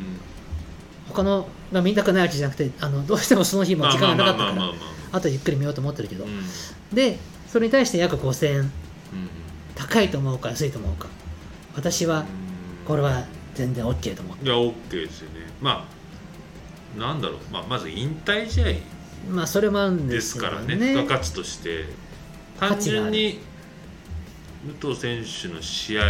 S1: 他のが見たくないわけじゃなくてあのどうしてもその日も時間がなかったか
S2: まあまあまあまあ
S1: らあとゆっくり見ようと思ってるけど、
S2: まあまあ
S1: でそれに対して約5000円
S2: うんうん
S1: 高いと思うか安いと思うか私はこれは全然 OK と思って
S2: いや OK ですよねまあなんだろう、まあ、まず引退試合
S1: まあそれもあるんで
S2: ですす
S1: け
S2: か
S1: ど
S2: らね
S1: ね
S2: 付加価値として
S1: 価
S2: 単
S1: 値がある
S2: 純に武藤選手の試合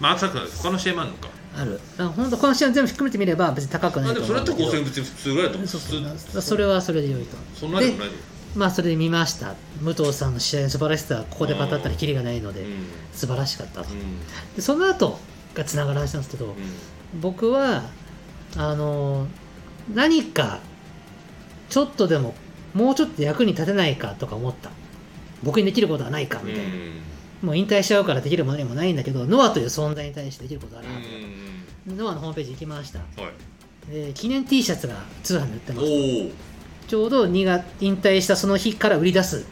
S2: まあ浅くないです他の試合もあるのか
S1: あるあ本当この試合全部含めてみれば別に高くな
S2: あ
S1: い
S2: で
S1: と
S2: も
S1: 思ん
S2: そうれと
S1: だけど
S2: 5000円別に普通ぐらいだと思う
S1: そうそう
S2: 普
S1: それはそれで良いと
S2: そんなでもないで
S1: まあそれで見ました武藤さんの試合の素晴らしさはここで語ったらキリがないので、
S2: うんうん
S1: 素晴らしかったとでその後がつながる話なんですけど、
S2: うん
S1: 僕はあの何かちょっとでももうちょっと役に立てないかとか思った僕にできることはないかみたいな、もう引退しちゃうからできるものにもないんだけどノアという存在に対してできることはある
S2: う
S1: はず、
S2: ん
S1: ノアのホームページ行きました
S2: うんはい
S1: で記念 T シャツが通販で売ってます
S2: おお
S1: ちょうど2月引退したその日から売り出す
S2: うん、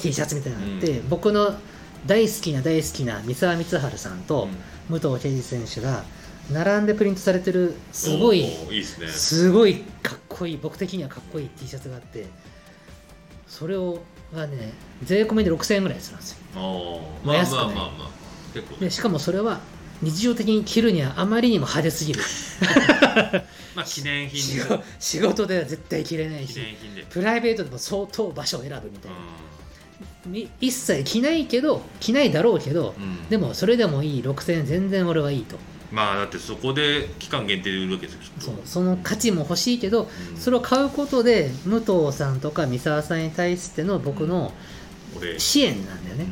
S1: T シャツみたいなのがあって、僕の大好きな大好きな三沢光晴さんと、武藤敬司選手が並んでプリントされてるすごい
S2: おーいいですね
S1: すごいかっこいい僕的にはかっこいい T シャツがあってそれをがね税込みで6000円ぐらいするんですよ
S2: あー
S1: まあ
S2: まあ
S1: 安く
S2: ま
S1: ない
S2: あまあまあ結構
S1: で
S2: ね
S1: しかもそれは日常的に着るにはあまりにも派手すぎる
S2: まあ記念
S1: <laughs>
S2: 品
S1: 仕
S2: で
S1: 事仕事では絶対着れない
S2: 記念
S1: し
S2: 品で
S1: プライベートでも相当場所を選ぶみたいな、
S2: う
S1: み一切着ないけど着ないだろうけど、
S2: んうん
S1: でもそれでもいい6000円全然俺はいいと
S2: まあだってそこで期間限定で売るわけですよきっ
S1: そ
S2: と
S1: うその価値も欲しいけど
S2: うん
S1: それを買うことで武藤さんとか三沢さんに対しての僕の
S2: 俺
S1: 支援なんだよね、
S2: うん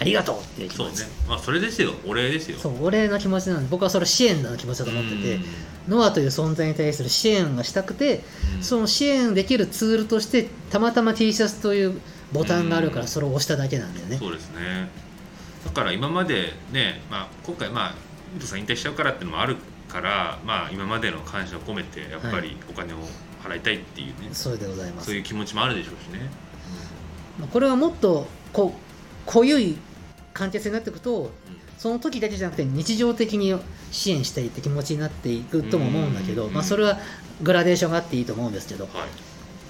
S1: ありがとうっていう気
S2: そう
S1: 持
S2: ね
S1: ち
S2: まあそれですよお礼ですよ
S1: そう,、お礼の気持ちなんで僕はそれ支援の気持ちだと思ってて、ノアという存在に対する支援がしたくて、
S2: うん
S1: その支援できるツールとしてたまたま T シャツというボタンがあるか
S2: うん
S1: らそれを押しただけなんだよね、
S2: そうですねだから今までね、まあ、今回まあウルトさん引退しちゃうからっていうのもあるから、まあ、今までの感謝を込めてやっぱ
S1: は
S2: りお金を払いたいっていうね、
S1: それでございます
S2: そういう気持ちもあるでしょうしね、
S1: まあこれはもっとこう濃ゆい関係性になっていくとその時だけじゃなくて日常的に支援したいって気持ちになっていくとも思うんだけど、
S2: うん
S1: まあ、それはグラデーションがあっていいと思うんですけど
S2: は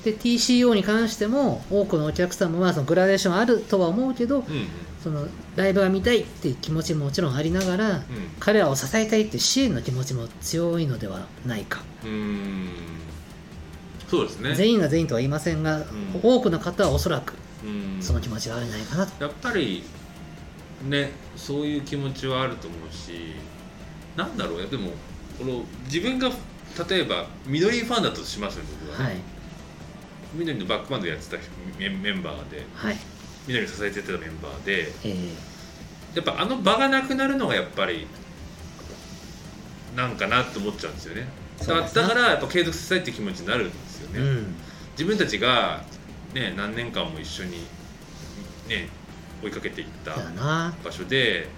S2: い、
S1: で TCO に関しても多くのお客様はそのグラデーションあるとは思うけど
S2: うんうん
S1: そのライブが見たいっていう気持ちももちろんありながら彼らを支えたいっていう支援の気持ちも強いのではないか、
S2: うんうんそうですね
S1: 全員が全員とは言いませんが、多くの方はおそらく
S2: うん
S1: その気持ちがあるんじゃないかなと、
S2: やっぱりねそういう気持ちはあると思うしなんだろうやでもこの自分が例えば緑ファンだとしますよ僕は、
S1: はい
S2: 緑のバックバンドやってた人メメンバーで
S1: はい
S2: 緑を支えてたメンバーで
S1: えー
S2: やっぱあの場がなくなるのがやっぱりなんかなって思っちゃうんですよねだか
S1: そ
S2: ら
S1: うですね
S2: だからやっぱ継続したいって気持ちになるんですよね、
S1: うん
S2: 自分たちが、ね、何年間も一緒に、ね、追いかけていった
S1: だな
S2: 場所で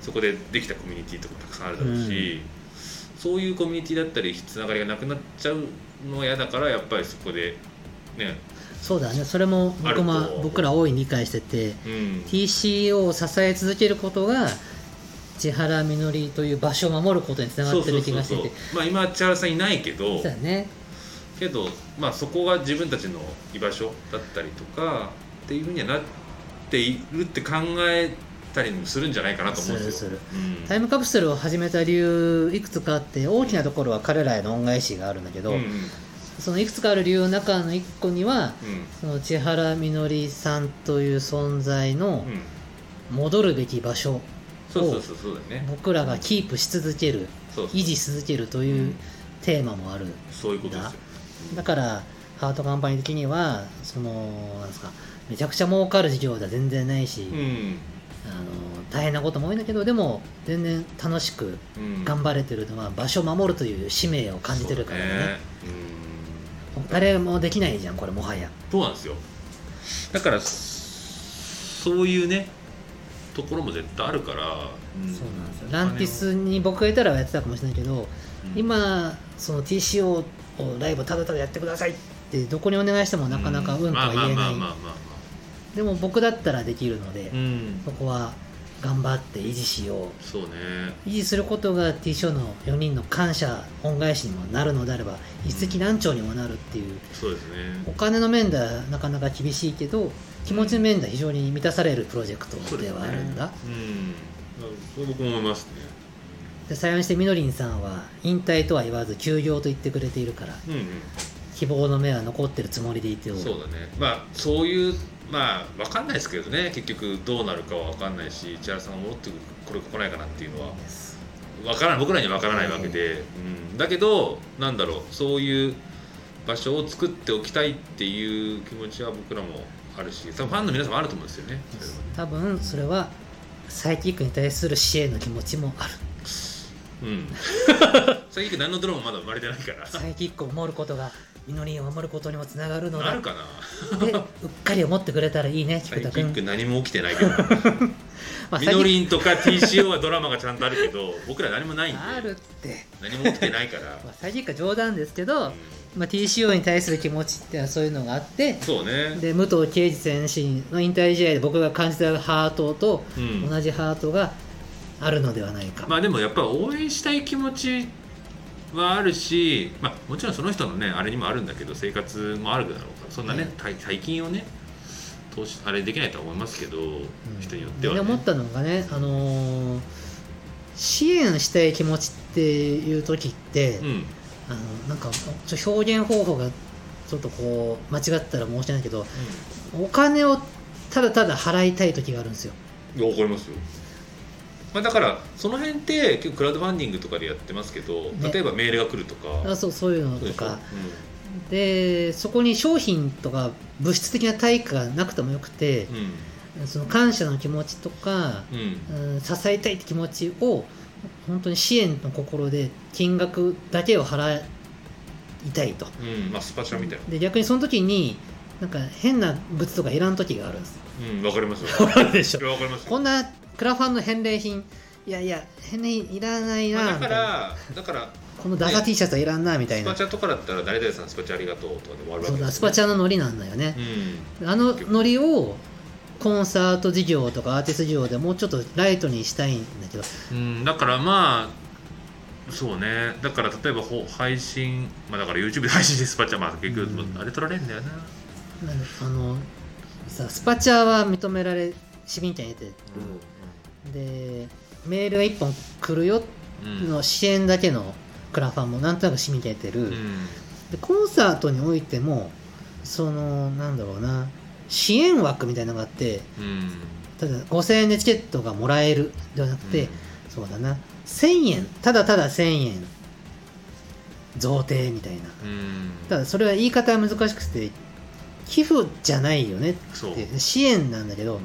S2: そこでできたコミュニティとかもたくさんあるだろうし、そういうコミュニティだったりつながりがなくなっちゃうのは嫌だからやっぱりそこでね
S1: そうだねそれも僕
S2: あると
S1: も僕ら大いに理解してて
S2: うん
S1: TCO を支え続けることが千原みのりという場所を守ることにつながってる気がしてて
S2: まあ今は千原さんいないけど
S1: そうだね
S2: けど、まあ、そこが自分たちの居場所だったりとかっていうふうにはなっているって考えたりもするんじゃないかなと思うんですすよ。
S1: る
S2: うん
S1: タイムカプセルを始めた理由いくつかあって大きなところは彼らへの恩返しがあるんだけど、
S2: うんうん
S1: そのいくつかある理由の中の一個には
S2: うん
S1: その千原みのりさんという存在の
S2: うん
S1: 戻るべき場所
S2: そうそうそうそうだよね
S1: 僕らがキープし続ける
S2: そうそう
S1: 維持し続けるというテーマもある
S2: そういうことですよ
S1: だからハートカンパニー的にはそのなんですかめちゃくちゃ儲かる事業では全然ないし、
S2: うん
S1: あの大変なことも多いんだけどでも全然楽しく
S2: うん
S1: 頑張れてるのは場所を守るという使命を感じてるからね
S2: そうだね
S1: 誰もできないじゃんこれもはや
S2: うんそうなんですよだからそういうねところも絶対あるから、
S1: そうなんですよランティスに僕がいたらやってたかもしれないけど、
S2: うん
S1: 今その TCO をライブただただやってくださいってどこにお願いしてもなかなかうんとは言え
S2: まあまあまあ
S1: な
S2: まあ
S1: い
S2: まあま
S1: でも僕だったらできるので、
S2: あうん
S1: そこは頑張って維持しよう
S2: そうね
S1: 維持することが T ショーの4人の感謝恩返しにもなるのであれば一石何鳥にもなるっていう
S2: そうですね
S1: お金の面ではなかなか厳しいけど気持ちの面では非常に満たされるプロジェクトではあるんだ
S2: うんそう僕も思いますね
S1: で幸いしてみのりんさんは引退とは言わず休業と言ってくれているから
S2: うんうん
S1: 希望の目は残ってるつもりでいてお
S2: そうだねまあそういうまあ分かんないですけどね結局どうなるかは分かんないし千原さんが戻ってくるか来ないかなっていうのは
S1: です
S2: わからない僕らにはわからないわけで、うん、だけどなんだろうそういう場所を作っておきたいっていう気持ちは僕らもあるし多分ファンの皆さんもあると思うんですよねそれはね
S1: 多分それはサイキックに対する支援の気持ちもある <laughs>
S2: うん、最近何のドラマもまだ生まれてないから
S1: サイキックを守ることがみのりんを守ることにもつながるの
S2: あ
S1: だ
S2: るかな
S1: でうっかり思ってくれたらいいね菊
S2: サイキ
S1: 田
S2: ック
S1: 君、
S2: 何も起きてないけど
S1: <laughs> まあ、
S2: みの
S1: 最近
S2: りんとか TCO はドラマがちゃんとあるけど僕ら何もないんで
S1: あるって、
S2: 何も起きてないから、
S1: まあ、最近か冗談ですけど、
S2: う
S1: まあ、TCO に対する気持ちってのはそういうのがあって
S2: んそうね
S1: で武藤敬司選手の引退試合で僕が感じたハートと
S2: うん
S1: 同じハートがあるのではないか、
S2: まあでもやっぱり応援したい気持ちはあるし、まあ、もちろんその人のねあれにもあるんだけど生活もあるだろうからそんなね、
S1: うん
S2: 大大金をね投資あれできないとは思いますけど、
S1: うん
S2: 人によっては、ね
S1: で思ったのがね、あのー支援したい気持ちっていう時って、
S2: うん
S1: あのなんかちょ表現方法がちょっとこう間違ったら申し訳ないけどお金をただただ払いたい時があるんですよ
S2: いやわかりますよ、まあ、だからその辺って結構クラウドファンディングとかでやってますけど、
S1: ね
S2: 例えばメールが来るとか
S1: あそうそういうの
S2: そう
S1: と
S2: でしょ
S1: かでそこに商品とか物質的な対価がなくてもよくて
S2: うんうん
S1: その感謝の気持ちとか、
S2: うん
S1: うん、支えたいって気持ちを本当に支援の心で金額だけを払いたいと
S2: うんまあスパチャみたいな
S1: で逆にその時になんか変な物とかいらん時があるんです <laughs>
S2: うんわかりますよ
S1: あるでしょ
S2: わかりますよ
S1: こんなクラファンの返礼品いやいや返礼品いらない
S2: まあ
S1: な
S2: だ
S1: みた
S2: か
S1: いな
S2: らだから
S1: このダサ T シャツはいらんなみたい
S2: スパ
S1: な
S2: チャとかだったら誰々さんスパチャありがとうとかで終わるわけ
S1: そう
S2: です
S1: だスパチ
S2: ャ
S1: ャのノリなんだよね
S2: う、ん
S1: あのノリをコンサート事業とかアーティスト事業でもうちょっとライトにしたいんだけど
S2: うん、だからまあそうねだから例えばほ配信まあだから YouTube で配信してスパチャまあ結局
S1: うん
S2: あれ取られるんだよな、
S1: なんであのさスパチャは認められ市民権得てでメールが1本来るよ
S2: うん
S1: の支援だけのクラファンもなんとなく市民権得てる、
S2: うん
S1: でコンサートにおいてもそのなんだろうな支援枠みたいなのがあって
S2: うん
S1: ただ5000円でチケットがもらえるではなくて、
S2: うん
S1: そうだな1000円ただただ1000円贈呈みたいな
S2: うん
S1: ただそれは言い方は難しくて寄付じゃないよねっ
S2: そううん
S1: て支援なんだけど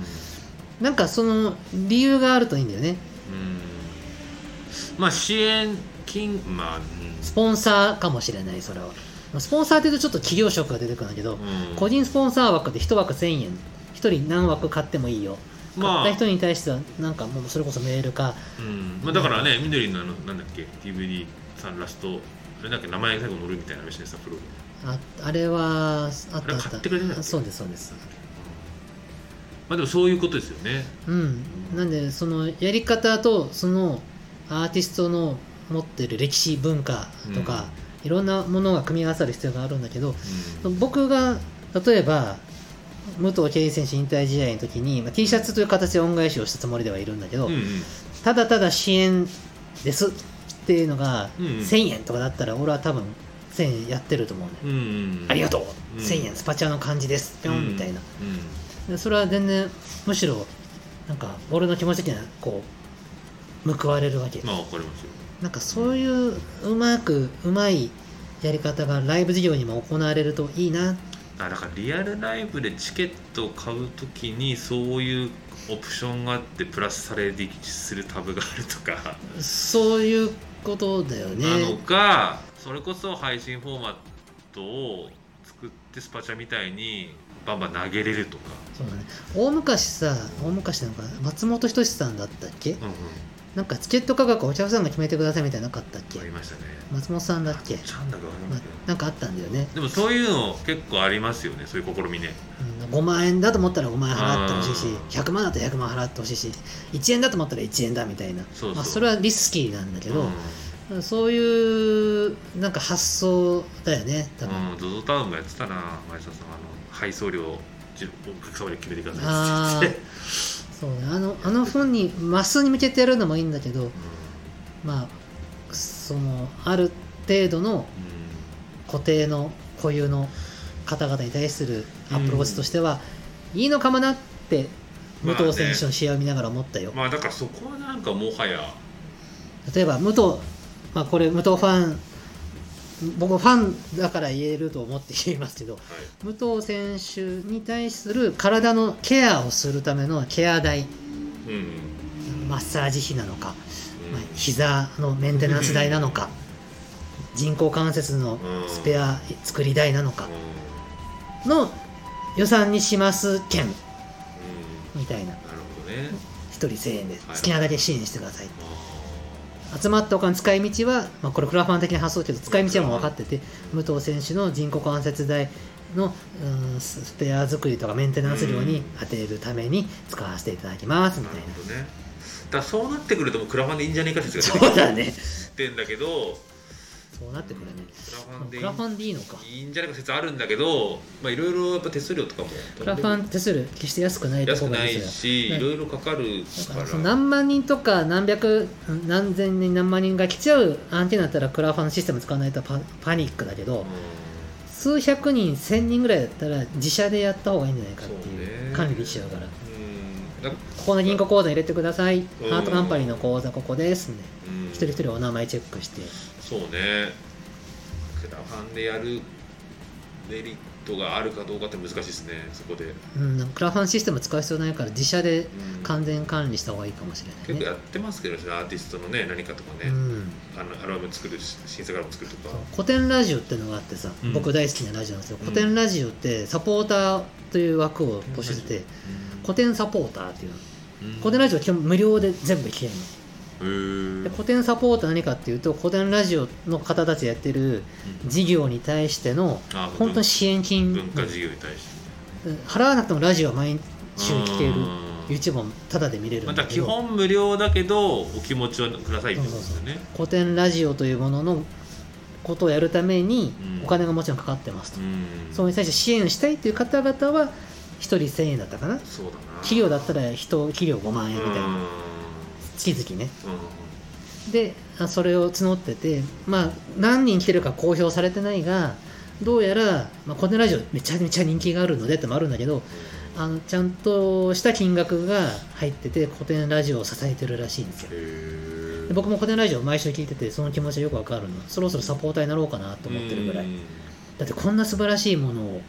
S1: なんかその理由があるといいんだよね
S2: うんまあ支援金まあ
S1: スポンサーかもしれないそれはスポンサーっていうとちょっと企業職が出てくるんだけど
S2: う、ん、うん
S1: 個人スポンサー枠で1枠1000円1人何枠買ってもいいよ
S2: まあ
S1: 買った人に対してはなんかもうそれこそメールか
S2: うんまあ、だからね、みどりのあのなんだっけ DVD さんラストあれだっけ名前最後乗るみたいな話でさプログ
S1: ああれはあったあっ
S2: あれ買ってくれてたんだったけ
S1: そうですそうです
S2: まあでもそういうことですよね
S1: うんなんでそのやり方とそのアーティストの持ってる歴史文化とか、いろんなものが組み合わさる必要があるんだけど
S2: うん
S1: 僕が例えば武藤敬司選手引退試合の時に、まあ、T シャツという形で恩返しをしたつもりではいるんだけど、
S2: うんうん
S1: ただただ支援ですっていうのが、
S2: うんうん
S1: 1000円とかだったら俺は多分1000円やってると思うね、
S2: うんうん
S1: ありがとう、
S2: うん
S1: 1000円スパチャの感じですぴょ
S2: うん
S1: んみたいな、
S2: うん
S1: でそれは全然むしろなんか俺の気持ち的にはこう報われるわけ、
S2: まあわかりますよ
S1: なんかそういううまくうまいやり方がライブ事業にも行われるといいな
S2: あだからリアルライブでチケットを買うときにそういうオプションがあってプラスされするタブがあるとか
S1: そういうことだよね
S2: なのかそれこそ配信フォーマットを作ってスパチャみたいにバンバン投げれるとか、
S1: そうだね大昔さ大昔なんか松本人志さんだったっけ
S2: うんうん、
S1: なんかチケット価格お客さんが決めてくださいみたいなのなかったっけ
S2: ありましたね
S1: 松本さんだっけ
S2: ちゃんだかわかりま
S1: な
S2: すけど
S1: なんかあったんだよね、
S2: でもそういうの結構ありますよねそういう試みね
S1: うん、5万円だと思ったら5万円払ってほしいし
S2: うん
S1: 100万だと100万払ってほしいし1円だと思ったら1円だみたいな
S2: そうそう
S1: まあ、それはリスキーなんだけど
S2: うん、
S1: そういうなんか発想だよね多分、
S2: うん、ゾゾタウンもやってたな前田さんあの配送料じお客様に決めてくだ
S1: あ
S2: さいって言って
S1: ーそうねあのあのふうにマスに向けてやるのもいいんだけどまあそのある程度の
S2: うんうん
S1: 固定の固有の方々に対するアプローチとしては、いいのかもなって武藤選手の試合を見ながら思ったよ、
S2: まあだからそこはなんかもはや
S1: 例えば武藤、まあ、これ武藤ファン僕ファンだから言えると思って言いますけど武藤選手に対する体のケアをするためのケア代
S2: うんうん
S1: マッサージ費なのか、まあ、膝のメンテナンス代なのか人工関節のスペア作り代なのか
S2: う
S1: の予算にします券
S2: んうん
S1: みたいな
S2: なるほどね
S1: 1人1000円で
S2: は
S1: 好
S2: い
S1: きなだけ支援してください、
S2: あ
S1: 集まったお金の使い道は、まあ、これクラファン的な発想だけど使い道はもう分かってて武藤選手の人工関節代のうんススペア作りとかメンテナンス料に当てるために使わせていただきます
S2: ー
S1: み
S2: な
S1: たい
S2: る
S1: な、
S2: ほどねだからそうなってくるともうクラファンでいいんじゃねえか説が
S1: <laughs> そうだね
S2: 出てんだけど
S1: そうなってくるね
S2: うんクラファンでい
S1: ク
S2: い
S1: ラファンでいいのか
S2: いいんじゃないか説あるんだけどまあいろいろやっぱ手数料とかも
S1: クラファン手数料決して安くないと
S2: 安
S1: こ
S2: く
S1: ろが
S2: な
S1: です
S2: い
S1: よ
S2: し
S1: ね
S2: いろいろかかる
S1: だ
S2: か
S1: かららその何万人とか何百うん何千人何万人が来ちゃう案件だったらクラファンシステム使わないとパパニックだけど、
S2: う
S1: 数百人千人ぐらいだったら自社でやった方がいいんじゃないかって
S2: そう
S1: いう
S2: ね
S1: 管理できちゃうからこ
S2: んだ
S1: この銀行口座入れてください
S2: うん
S1: ハートカンパニーの口座ここですね
S2: うん
S1: 一人一人お名前チェックして
S2: そうねクラファンでやるメリッことがあるかどうかって難しいですねそこで、うん
S1: うん、なんかクラファンシステム使う必要ないから自社で完全管理した方がいいかもしれ
S2: 結
S1: ない
S2: 構
S1: ね
S2: やってますけどねアーティストのね何かとか
S1: う
S2: ね、
S1: ん、
S2: あのアルバム作るし新作アルバム作るとか
S1: 古典ラジオっていうのがあってさ、
S2: うん
S1: 僕大好きなラジオなんですよ
S2: うん
S1: 古典ラジオってサポーターという枠を募集してて、古典サポーターっていうの古典ラジオ基本無料で全部聞けるの
S2: オへ
S1: で古典サポーター何かっていうと古典ラジオの方たちがやってる事業に対しての
S2: あ
S1: 本当に支援金
S2: 文化事業に対して
S1: 払わなくてもラジオは毎週聞ける
S2: うん
S1: YouTube もタダで見れる
S2: ま
S1: んだ
S2: た
S1: け
S2: 基
S1: ど、
S2: 本無料だけどお気持ちはくださいってことですよね
S1: 古典ラジオというもののことをやるために
S2: うん
S1: お金がもちろんかかってますと、
S2: うん
S1: それに対して支援したいという方々は1人1000円だったかな
S2: そうだな
S1: 企業だったら人企業5万円みたい
S2: うん
S1: な月々ね
S2: うん
S1: であそれを募ってて、まあ、何人来てるか公表されてないがどうやら、まあ、コネラジオめちゃめちゃ人気があるのでってのもあるんだけどあのちゃんとした金額が入ってて古典ラジオを支えてるらしいんですよ
S2: へ
S1: で
S2: え
S1: 僕も古典ラジオ毎週聞いててその気持ちよくわかるのそろそろサポーターになろうかなと思ってるぐらい
S2: うん
S1: だってこんな素晴らしいものを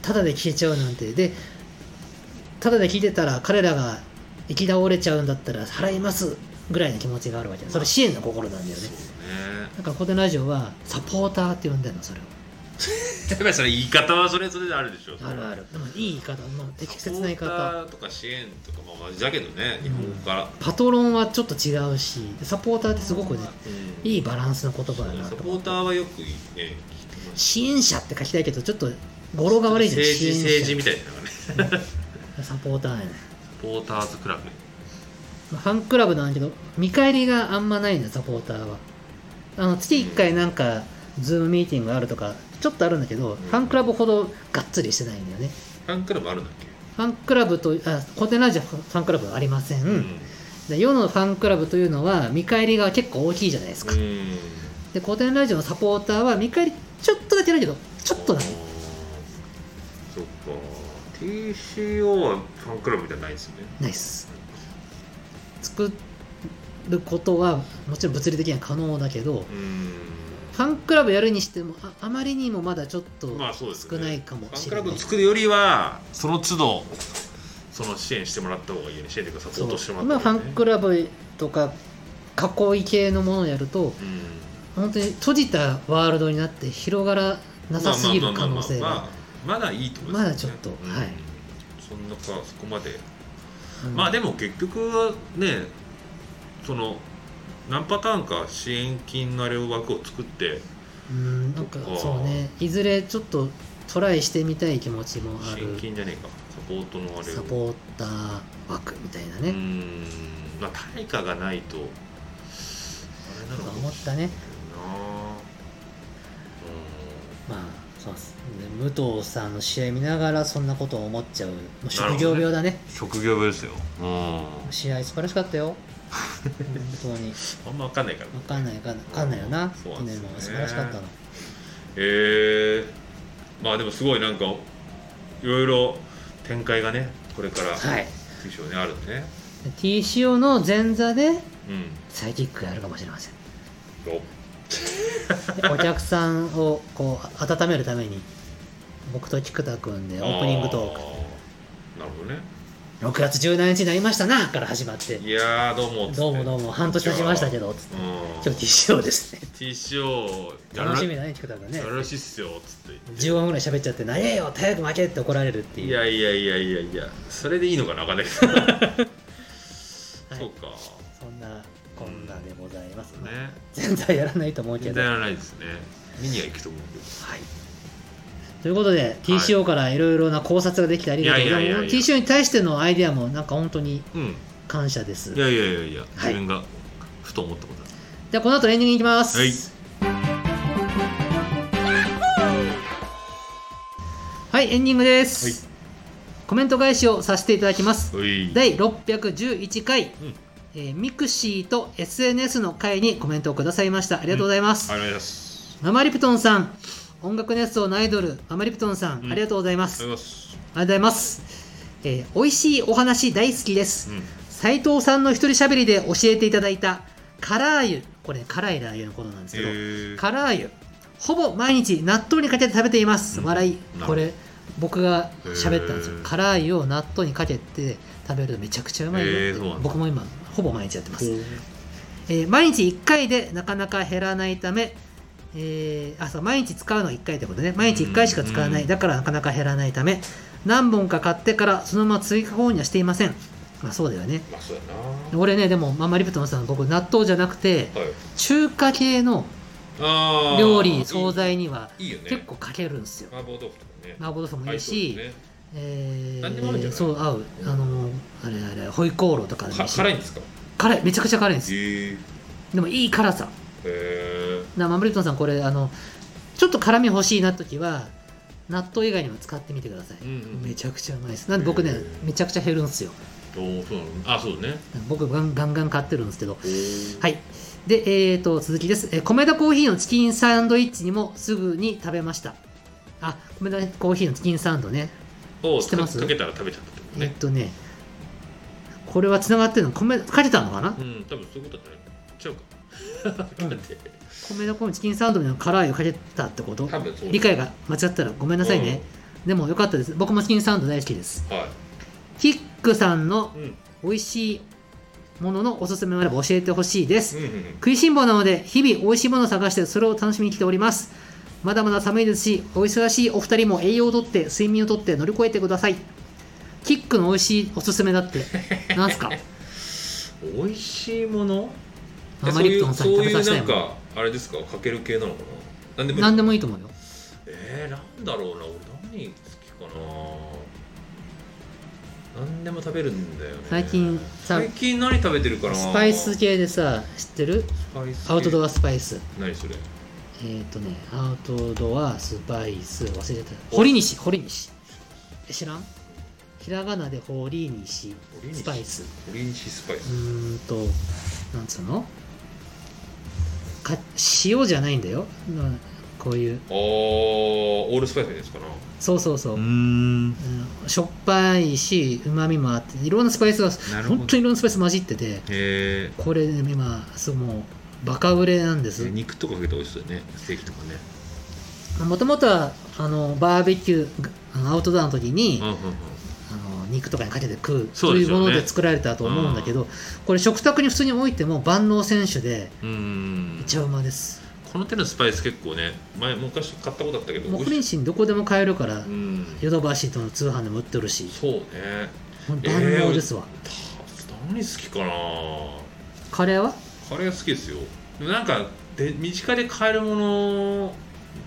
S1: タダで聞けちゃうなんてでタダで聞いてたら彼らが生き倒れちゃうんだったら払いますぐらいの気持ちがあるわけそれ支援の心なんだよね
S2: そうね
S1: だから古典ラジオはサポーターって呼んでるのそれを
S2: やっぱりそれ言い方はそれぞれであるでしょ
S1: あるあるでもいい言い方、まあ、適切な言い
S2: サポー
S1: 方
S2: ターとか支援とかまあ同じだけどね日本語から
S1: パトロンはちょっと違うしサポーターってすごくね
S2: うん
S1: いいバランスの言葉だな
S2: サ
S1: と
S2: ポーターはよくね聞いてます
S1: 支援者って書きたいけどちょっと語呂が悪いじゃん
S2: 政治
S1: 支援
S2: 政治
S1: 者
S2: みたいなのがね
S1: サポーターやね
S2: サポーターズクラ
S1: フ
S2: ブ
S1: ァンクラブなんだけど見返りがあんまないんだサポーターはあの月1回なんかズームミーティングがあるとかちょっとあるんだけど、ファンクラブほどがっつりしてないんだよね
S2: ファンクラブあるんだっけ
S1: ファンクラブとあコテナージャファンクラブはありません、
S2: うん
S1: で世のファンクラブというのは見返りが結構大きいじゃないですか、
S2: うん
S1: で古典ラジオのサポーターは見返りちょっとだけあるけどちょっとだ
S2: あーそっか TCO はファンクラブじゃないですよね
S1: ないっす作ることはもちろん物理的には可能だけど
S2: うん
S1: ファンクラブやるにしてもああまりにもまだちょっと
S2: まあそうです
S1: 少
S2: よね
S1: ないかも
S2: ファン
S1: し
S2: ク
S1: れ
S2: ラ
S1: ない、
S2: ブ作るよりはその都度その支援してもらった方がいいよね支援というかサポ
S1: そ
S2: ー
S1: う
S2: トしてもら
S1: 今
S2: っ
S1: フ
S2: た方が
S1: ァン
S2: いいよね
S1: クラブとか囲い系のものをやると本当に閉じたワールドになって広がら
S2: う
S1: なんさすぎる可能性
S2: まあまあ
S1: が
S2: まあまあまあまあまだいいと思い
S1: まだちょっとはい
S2: そんなかそこまで
S1: うん
S2: まあでも結局はねその何パターンか支援金のあれを枠を作って
S1: うんなんか
S2: そっか
S1: そうねいずれちょっとトライしてみたい気持ちもあ
S2: 支援
S1: る
S2: 金じゃねえかサポートのあれを
S1: サポーター枠みたいな
S2: う
S1: ね、
S2: んまあ対価がないとあれなの
S1: とか
S2: か
S1: 思
S2: も
S1: っ
S2: しれ
S1: たね
S2: ないな
S1: まあそうっすで武藤さんの試合見ながらそんなことを思っちゃうもう職業病だね
S2: うん職業病ですようん
S1: 試合素晴らしかったよ本当に
S2: あんま分かんないから
S1: 分かんない分かんないよな
S2: そう
S1: 去
S2: なんです
S1: 年
S2: よね
S1: も素晴らしかったの
S2: へえまあでもすごいなんかいろいろ展開がねこれから
S1: はい
S2: でしょうねあるね
S1: TCO の前座で
S2: うん
S1: サイキックやるかもしれません
S2: お
S1: でお客さんをこうあ温めるために僕と菊田君でオープニングトーク
S2: あーなるほどね
S1: 6月17日になりましたなから始まって
S2: いやーどうも
S1: どうもどうも半年経ちましたけどつって
S2: う
S1: 今
S2: ん
S1: 日 TCO ですね
S2: TCO やら
S1: 楽しみだね菊田君ね
S2: やるらしいっすよつって言って
S1: 15分ぐらい喋っちゃって「何やよ早く負け!」って怒られるっていう
S2: いやいやいやいやいやそれでいいのかな分かんな
S1: <laughs>
S2: いけど、 <laughs>
S1: はい
S2: そうか
S1: そんなこんなでございます、
S2: ね
S1: 全体やらないと思うけ
S2: 全
S1: ど、
S2: 然
S1: は
S2: や
S1: い、
S2: らないですね見には行くと思うけど
S1: ということで TCO からいろいろな考察ができてありがとうござ
S2: い
S1: い
S2: やいやい
S1: ま
S2: やい
S1: す TCO
S2: や
S1: に対してのアイデアもなんか本当に
S2: うん
S1: 感謝です
S2: いやいやいやいや、
S1: はい
S2: 自分がふと思ったことだ
S1: じゃあこの後エンディングいきます、
S2: はい
S1: はいエンディングです、
S2: は
S1: コメント返しをさせていただきます
S2: おい
S1: 第611回、
S2: うん
S1: えーミクシーと SNS の回にコメントをくださいましたありがとうございます、
S2: ありがとうございます
S1: ママリプトンさん音楽熱奏のアイドルママリプトンさん、
S2: うん
S1: ありがとうございま
S2: あ
S1: す、
S2: りがとうございます
S1: ありがとうございます、えー美味しいお話大好きです、
S2: うん
S1: 斉藤さんの一人喋りで教えていただいた辛湯これ辛いラー油のことなんですけど、
S2: えー
S1: 辛湯ほぼ毎日納豆にかけて食べています、
S2: うん
S1: 笑い
S2: なるほど
S1: これ僕が喋ったんですよ
S2: へー
S1: 辛いを納豆にかけて食べるとめちゃくちゃうまいよっ
S2: へー
S1: て
S2: そうなんだ
S1: 僕も今ほぼ毎日やってます、えー毎日1回でなかなか減らないためえーあそう毎日使うのは1回ってことね毎日1回しか使わない、
S2: うん
S1: だからなかなか減らないため何本か買ってからそのまま追加購入はしていませんまあそうだよね
S2: まあそうやな
S1: 俺ねでもママリプトンさん僕納豆じゃなくて
S2: はい
S1: 中華系の
S2: あー
S1: 料理惣菜にはい
S2: いいよね
S1: 結構かけるんですよ
S2: 麻婆豆腐とかね
S1: 麻婆豆腐もいいし、
S2: 合い
S1: え
S2: 何でも合うんじ
S1: ー、
S2: ゃない
S1: そう合うあのあれあれホイコーローとか
S2: そう
S1: で
S2: で
S1: もい
S2: すねか
S1: いし
S2: 辛いんですか
S1: 辛いめちゃくちゃ辛いんですよ
S2: へえ
S1: でもいい辛さ
S2: へえ
S1: なマムリプトンさんこれあのちょっと辛み欲しいな時は納豆以外にも使ってみてください、
S2: うんうん
S1: めちゃくちゃうまいですなんで僕ね
S2: へー
S1: めちゃくちゃ減るんですよ
S2: おおそうなのあそうね
S1: 僕ガンガンガン買ってるんですけど
S2: おー
S1: はい。で、えー、と、続きです。えー、米田コーヒーのチキンサンドイッチにもすぐに食べました。あ、米田コーヒーのチキンサンドね。
S2: を
S1: 知ってます
S2: かけたら食べちゃったってこと
S1: えっ
S2: ね
S1: とね、これは繋がってるの、米、かけたのかな
S2: うん多分そういうことじゃないちゃ <laughs> うかだって
S1: 米田コーヒーのチキンサンドの辛いをかけたってこと
S2: 多分そう
S1: 理解が間違ったらごめんなさいね。でもよかったです。僕もチキンサンド大好きです。
S2: うんは
S1: ヒックさんの
S2: いうん
S1: 美味しいもののおすすめがあれば教えてほしいです。
S2: うんうんうん
S1: 食いしん坊なので日々美味しいものを探してそれを楽しみに来ておりますまだまだ寒いですしお忙しいお二人も栄養をとって睡眠をとって乗り越えてくださいキックの美味しいおすすめだ
S2: <laughs>
S1: ってなんすか
S2: 美味しいものえ
S1: マ
S2: そ
S1: マ
S2: う
S1: リ
S2: い
S1: プト
S2: う
S1: ンさ
S2: そうん
S1: に食べ
S2: い
S1: さ
S2: う
S1: せた
S2: ないん
S1: もん
S2: かあれですかかける系なのかな何でもいい
S1: 何でもいいと思うよ
S2: えー、なんだろうな俺何好きかな何でも食べるんだよね
S1: 最近さ
S2: 最近何食べてるかな
S1: スパイス系でさ知ってる
S2: スパイス
S1: アウトド
S2: ア
S1: アスパイス
S2: 何それ
S1: えっ、とねアウトドアスパイス忘れちゃった堀西堀西え知らんひらがなで堀西
S2: 堀西
S1: スパイス
S2: オレンジスパイ
S1: う
S2: ス
S1: ーんとなんつうのか塩じゃないんだよ、まあ、こういう
S2: あーオールスパイスですかな
S1: そうそうそう、うん
S2: ん
S1: しょっぱいしうまみもあっていろんなスパイスが
S2: なるほど
S1: 本当にいろんなスパイス混じってて
S2: え
S1: これ、ね、今そうもうバカ売れなんで
S2: ー、
S1: す
S2: 肉とかかけて美味しそうだよねステーキとかね
S1: もともとはあのバーベキューあのアウトドアの時に
S2: うんうんうん
S1: あの肉とかにかけて食う
S2: そ
S1: そう
S2: う
S1: い
S2: で
S1: う
S2: す
S1: も
S2: よね
S1: ので作られたと思うんだけど、これ食卓に普通に置いても万能選手で
S2: うーん
S1: めちゃうまです
S2: この手のスパイス結構ね前昔買ったことあったけど
S1: もうク
S2: 美
S1: リン
S2: 味し
S1: シンどこでも買えるから
S2: いうん
S1: ヨドバシとの通販でも売ってるし
S2: そうね
S1: 万能ですわ、
S2: た何好きかな
S1: カレーは
S2: カレー好きですよでもなんかで身近で買えるもの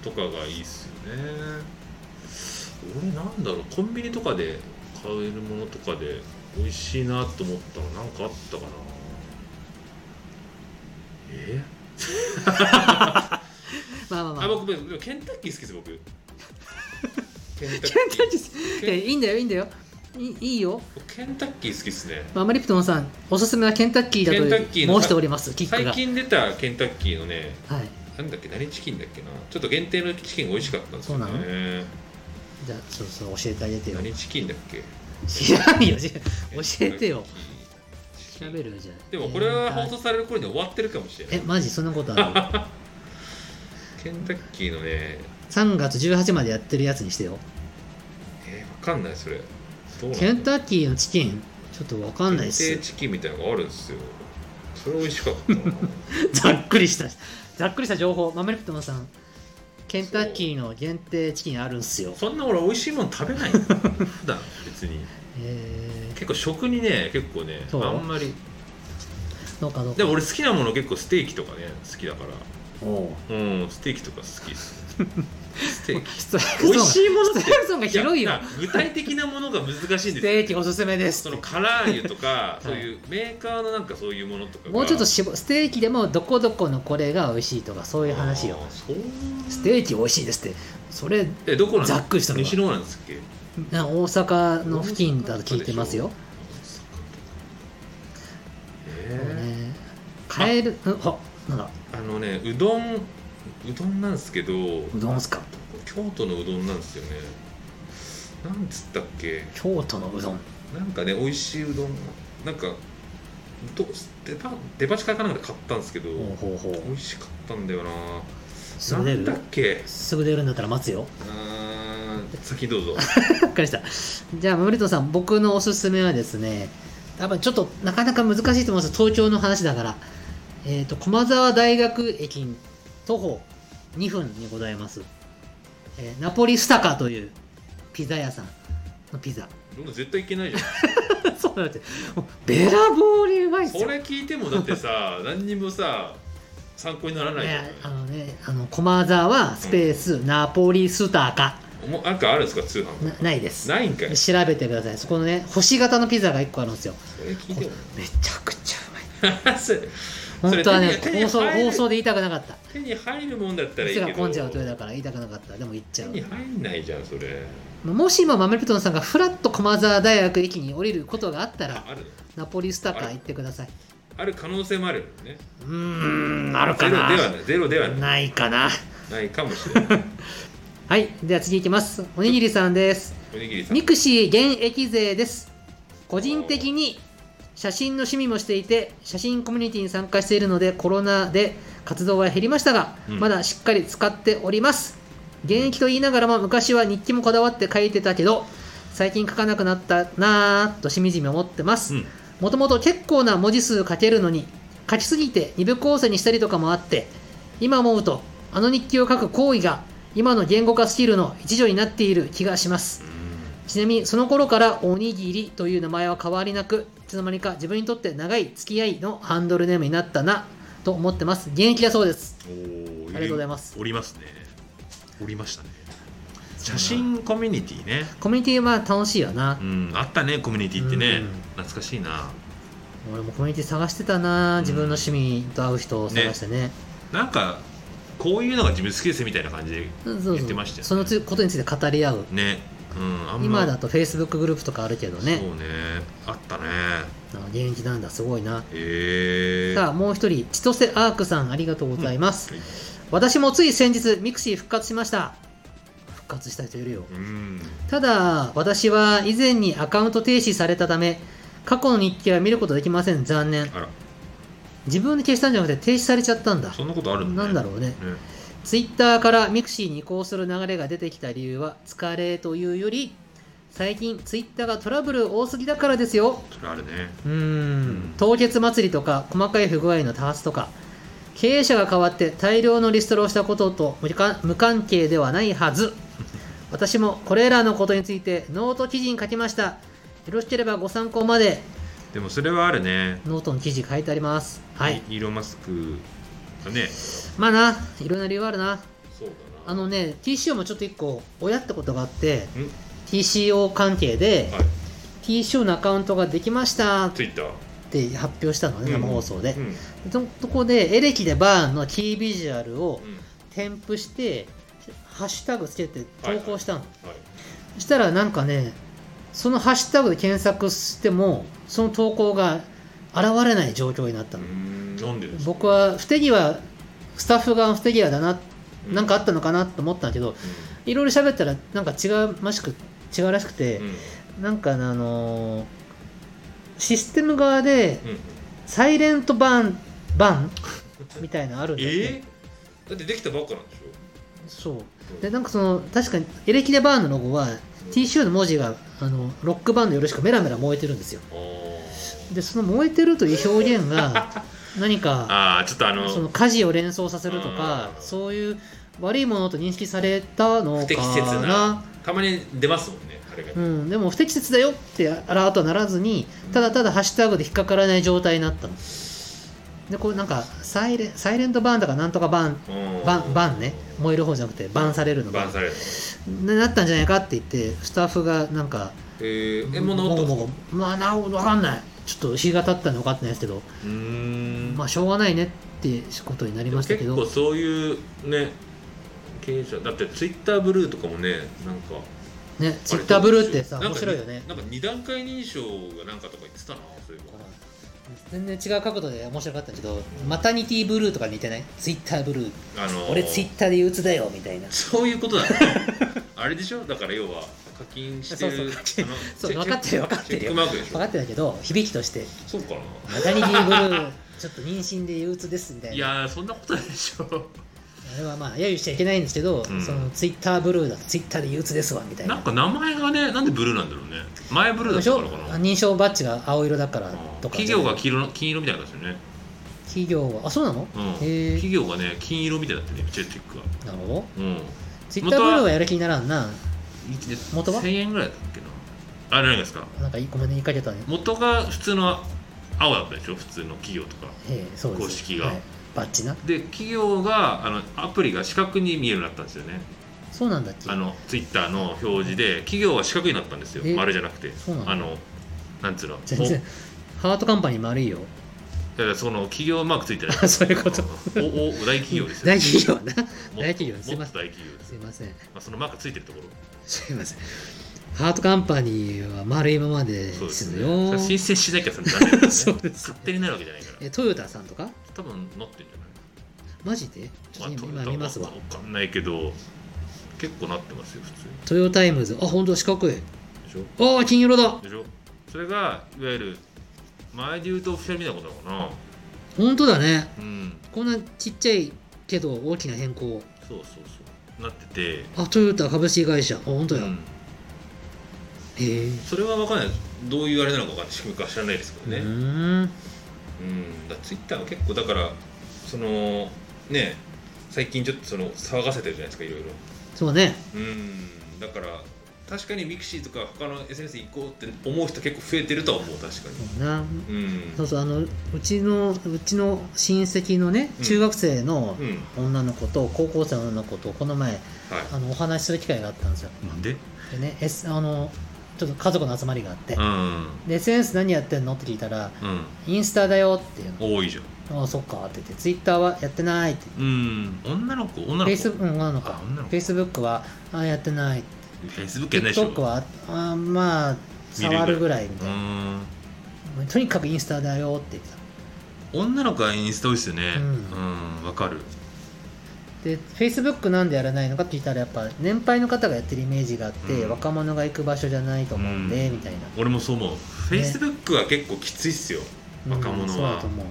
S2: とかがいいっすよね俺なんだろうコンビニとかで買えるものとかで美味しいなと思ったのなんかあったかなえ
S1: まあまあまあ
S2: あ僕でもケンタッキー好
S1: <laughs>
S2: きです僕ケンタ
S1: ケ
S2: ッキ
S1: ンタッキー
S2: ー
S1: ですいやいいんだよいいんだよいいいいよ、
S2: 僕ケンタッキー好きですね
S1: まあ、マリプトンさんおすすめはケンタッキーだと
S2: ケンタッキーの
S1: 申しておりますキック
S2: 最
S1: が
S2: 近出たケンタッキーのね
S1: はい
S2: なんだっけ何チキンだっけなちょっと限定のチキンが美味しかったんですよ
S1: そうな
S2: ね
S1: じゃあそうそう教えてあげて <laughs> よ
S2: 何チキンだっけ
S1: 知らんよじゃあ教えてよ
S2: チキン
S1: 調べるよじゃあ
S2: でもこれは放送される頃には終わってるかもしれな
S1: え
S2: い
S1: マジそんなことある
S2: ケンタッキーのね
S1: 3月18までやってるやつにしてよ
S2: えー、わかんないそれどうなんだ
S1: ケンタッキーのチキンちょっとわかんないっ
S2: 限
S1: す
S2: 定チキンみたいなのがあるんですよそれ美味しかった
S1: <laughs>
S2: な
S1: ざっくりしたざっくりした情報マムリプトンさんケンタッキーの限定チキンあるんすよ
S2: そんな俺美味しいもの食べないの普段別に
S1: え
S2: 結構食にね結構ね
S1: そう
S2: あんまり
S1: ー、どうかどうか
S2: でも俺好きなもの結構ステーキとかね好きだか
S1: おう
S2: らうんステーキとか好きです
S1: <laughs>
S2: ステーキ
S1: ストライクゾーン
S2: 美味しいものって
S1: ストライクゾーンが広いよ
S2: やな具体的なものが難しいんです
S1: ス
S2: よ
S1: テーキおすすめです
S2: そのカラー油とか、そういうメーカーのなんかそういうものとかが
S1: もうちょっと絞ステーキでもどこどこのこれが美味しいとかそういう話よ
S2: あーそう
S1: ステーキ美味しいですってそれ
S2: えどこなん
S1: ざっくりしたのが
S2: 西の方なんですっけ
S1: な大阪の付近だと聞いてますよ、そう
S2: え
S1: ね、買えるうんあなんだ
S2: ー、あのねうどんうどんなんですけど
S1: うどんっすか
S2: 京都のうどんなんですよねなんつったっけ
S1: 京都のうどん
S2: なんかね美味しいうどんなんかどデパデパ地下かなんかで買ったんですけど
S1: ほうほうほう
S2: 美味しかったんだよな
S1: す
S2: な
S1: ぐ出
S2: んだっ
S1: る
S2: け
S1: すぐ出るんだったら待つよ
S2: うーん先どう
S1: <laughs>
S2: ぞ
S1: わかりましたじゃあ森戸さん僕のおすすめはですね多分ちょっとなかなか難しいと思います東京の話だからえっ、と駒沢大学駅徒歩2分にございます、えーナポリスタカというピザ屋さんのピザ <laughs>
S2: でも絶対いけないじゃん
S1: そうなんですよもうべらぼうにうまいっすよ
S2: これ聞いてもだっ
S1: <laughs>
S2: てさ何にもさ参考にならないじゃん
S1: ね、あのね、あの駒沢スペース、ナポリスタカ
S2: おもなんかあるんですか通販
S1: なないです
S2: ないんかいそ
S1: 調べてくださいそこのね星型のピザが1個あるんですよ
S2: れ聞いても
S1: めちゃくちゃうまい
S2: <laughs> それ
S1: 本当はね
S2: 手に手に
S1: 放送
S2: 入る
S1: 放送で言いたくなかった
S2: 手に入るもんだったらいい
S1: 実
S2: け
S1: が
S2: ど
S1: 混んじゃうとだから言いたくなかったでも言っち
S2: 手
S1: ゃう
S2: に入んないじゃんそれ
S1: まあもし今マメルトンさんがフラッと駒沢大学駅に降りることがあった
S2: あ
S1: ら
S2: ある
S1: ナポリスタカ行ってください
S2: ある可能性もあるよね
S1: うーんあるかな
S2: ゼロではないゼロではない
S1: ないかな
S2: ないかもしれない <laughs>
S1: はいでは次いきますおにぎりさんです
S2: おにぎりさん
S1: ミクシー現役勢です個人的に写真の趣味もしていて写真コミュニティに参加しているのでコロナで活動は減りましたが、
S2: うん
S1: まだしっかり使っております現役と言いながらも昔は日記もこだわって書いてたけど最近書かなくなったなぁとしみじみ思ってます、
S2: うん
S1: もともと結構な文字数書けるのに書きすぎて二部構成にしたりとかもあって今思うとあの日記を書く行為が今の言語化スキルの一助になっている気がしますちなみにその頃からおにぎりという名前は変わりなくいつの間にか自分にとって長い付き合いのハンドルネームになったなと思ってます現役だそうです
S2: おー
S1: ありがとうございます
S2: おりますねおりましたね写真コミュニティね
S1: コミュニティは楽しいよな
S2: う、んあったねコミュニティってね
S1: うん
S2: 懐かしいな
S1: 俺もコミュニティ探してたな自分の趣味と合う人を探してね
S2: なんかこういうのが自分好きですみたいな感じで
S1: そうそう
S2: 言ってましたよね
S1: そのつことについて語り合う
S2: ねうんあんま
S1: 今だと Facebook グループとかあるけど
S2: そう
S1: ね
S2: ねあったね
S1: あ現役なんだすごいな
S2: へえ
S1: さあもう一人千歳アークさんありがとうございます、
S2: うんはい
S1: 私もつい先日ミクシー復活しました復活した人いるよ
S2: うん
S1: ただ私は以前にアカウント停止されたため過去の日記は見ることできません残念
S2: あら
S1: 自分で消したんじゃなくて停止されちゃったんだ
S2: そんなことあるんだ、
S1: な
S2: ね、
S1: んだろうね
S2: ね
S1: ツイッターからミクシーに移行する流れが出てきた理由は疲れというより最近ツイッターがトラブル多すぎだからですよ
S2: それあるね
S1: うーん凍結祭りとか細かい不具合の多発とか経営者が変わって大量のリストラをしたことと無関無関係ではないはず私もこれらのことについてノート記事に書きましたよろしければご参考まで
S2: でもそれはあるね
S1: ノートの記事書いてありますはい
S2: イイーロン・マスクがね
S1: まあないろんな理由はあるな
S2: そうだな
S1: あのね TCO もちょっと一個親ってことがあって
S2: ん
S1: TCO 関係で
S2: はい
S1: TCO のアカウントができましたっ
S2: ツイッター
S1: て発表したのね生放送で
S2: うん
S1: そそこでエレキでバーンのキービジュアルを
S2: うん
S1: 添付してハッシュタグつけて投稿したの、
S2: はい
S1: そしたらなんかねそのハッシュタグで検索してもその投稿が現れない状況になった
S2: うー
S1: の、
S2: んなんでですか
S1: 僕は不手際スタッフ側の不手際だな
S2: うん
S1: なんかあったのかなと思ったんだけどいろいろ喋ったらなんか違うましく違うらしくて
S2: うんうん
S1: なんかねあのーシステム側で
S2: うん
S1: サイレントバンバンみたいなのあるんだって、
S2: えー、だってできたばっかなんでし
S1: そう
S2: ょ
S1: でなんかその確かにエレキレバーンのロゴは T シューの文字があのロックバンドよろしくメラメラ燃えてるんですよ
S2: あー
S1: でその燃えてるという表現 <laughs> が何か
S2: あーちょっとあの
S1: その火事を連想させるとか
S2: うん
S1: そういう悪いものと認識されたのかな
S2: 不適切なたまに出ますもんねあれが、
S1: うん、でも不適切だよってアラートはならずにただただハッシュタグで引っかからない状態になったのでこうなんかサイレンサイレントバーンとかなんとかバーン
S2: うん
S1: バンバンね燃える方じゃなくてバンされるの
S2: バンされる
S1: ななったんじゃないかって言ってスタッフがなんか
S2: えー、えもう治った
S1: も
S2: ん
S1: ごも
S2: ですか
S1: ごまあな分かんないちょっと日が経ったの分かってないですけど、
S2: うーん
S1: まあしょうがないねってことになりましたけ
S2: 結
S1: ど
S2: 構そういうね経営者だってツイッターブルーとかもねなんか
S1: ねツイッターブルーってさ
S2: なん
S1: 面
S2: か
S1: 白いよね
S2: なんか二段階認証がなんかとか言ってたなそういえば
S1: 全然違う角度で面白かったけどマタニティブルーとか似てないツイッターブルー
S2: あのー
S1: 俺ツイッターで憂鬱だよみた
S2: <laughs>
S1: いな
S2: そういうことだ <laughs> あれでしょだから要は課金してる
S1: そうそう
S2: あの
S1: そう
S2: チェ
S1: 分かってる分かっ
S2: チ
S1: てる
S2: ェック
S1: よ
S2: マークでし
S1: 分
S2: ょ
S1: かってたけど響きとして
S2: そうか
S1: マタニティブルーちょっと妊娠で憂鬱ですみた
S2: ないい
S1: な
S2: やーそんなことないでしょ
S1: あれはまあ揶揄しちゃいけないんですけど、
S2: うん
S1: そのツイッターブルーだとツイッターで憂鬱ですわみたいな
S2: なんか名前がねなんでブルーなんだろうね前ブルーだ
S1: で
S2: っ
S1: しょ
S2: たからかな
S1: 認証バッジが青色だからとか
S2: 企
S1: じゃな
S2: 業
S1: い
S2: が黄色の金色みたいな感じだよね、
S1: 企業はあそうなの、
S2: うん、
S1: へえ
S2: 企業がね金色みたいだったねチェック
S1: な
S2: が
S1: るほど
S2: うん
S1: ツイッターブルーはやる気にならんな
S2: 一で
S1: 元は
S2: 1000円ぐらいだったっけなあれ何ですか
S1: なんかいいごめんね言いかけたね
S2: 元が普通の青だったでしょ普通の企業とか
S1: ええそうです
S2: 公式が
S1: はいバッジな
S2: で企業があのアプリが四角に見えるようになったんですよね
S1: そうなんだっけ
S2: あのツイッターの表示で企業は四角になったんですよ
S1: え
S2: 丸じゃなくて
S1: そうなの
S2: あのなんつうの
S1: 全然ハートカンパニー丸いよ
S2: おだからその企業マークついてない
S1: あそういうこと
S2: おお大企業ですよ
S1: 大企業な
S2: もっと
S1: 大企業すい
S2: も
S1: ま
S2: っ
S1: せん
S2: と大企業です
S1: すいません
S2: まあそのマークついてるところ
S1: すいませんハートカンパニーは丸いままで
S2: そうですす
S1: よ
S2: ね申請しなきゃそれダメだよ
S1: <laughs>
S2: ね
S1: そうです
S2: 勝手になるわけじゃないから
S1: えトヨタさんとか
S2: 多分なってるんじゃない
S1: マジでちょっと今今見ますわ
S2: わかんないけど結構なってますよ普通に
S1: トヨタイムズあ本当四角い
S2: でしょ
S1: ああ金色だ
S2: でしょそれがいわゆる前で言うとオフィシャルみたいなことだか
S1: 本当だね
S2: なうん
S1: こんなちっちゃいけど大きな変更
S2: そうそうそうなってて
S1: あトヨタ株式会社あ本当や、
S2: うん
S1: へえ
S2: それは分かんないどういうあれなのか分かんない仕組みか知らないですけどね
S1: うーん
S2: うんだツイッターは結構だからそのね最近ちょっとその騒がせてるじゃないですかいろいろ
S1: そうね
S2: うんだから確かにミクシーとか他の SNS 行こうって思う人結構増えてるとは思う確か
S1: そうな
S2: にうん
S1: そうそうあのうちのうちの親戚のね
S2: うん
S1: 中学生の
S2: うん
S1: 女の子と高校生の女の子とこの前
S2: は
S1: あのお話しする機会があったんですよ
S2: いなんで
S1: でね、S、あのちょっと家族の集まりがあって、
S2: うん
S1: で SNS 何やってんのって聞いたら
S2: うん
S1: インスタだよっていう
S2: 多いじゃん
S1: のあそっかって言ってツイッターはやってないって
S2: うん女の子女の
S1: フェ
S2: 子
S1: イスうん女の子
S2: あ女の子
S1: フェイスブックはあやってない
S2: フェイスブックやんないでしょ
S1: TikTok はあまあ
S2: 見るぐらい
S1: 触るぐらいみ
S2: う
S1: たいな、
S2: ん
S1: とにかくインスタだよって言ってた
S2: 女の子はインスタ多いっすよね
S1: う
S2: うんんわ、かる
S1: でフェイスブックなんでやらないのかって聞いたらやっぱ年配の方がやってるイメージがあって、
S2: うん
S1: 若者が行く場所じゃないと思うんで、
S2: うん
S1: みたいな、
S2: 俺もそう思うフェイスブックは結構きついっすよ若者
S1: う
S2: は
S1: んそうだと思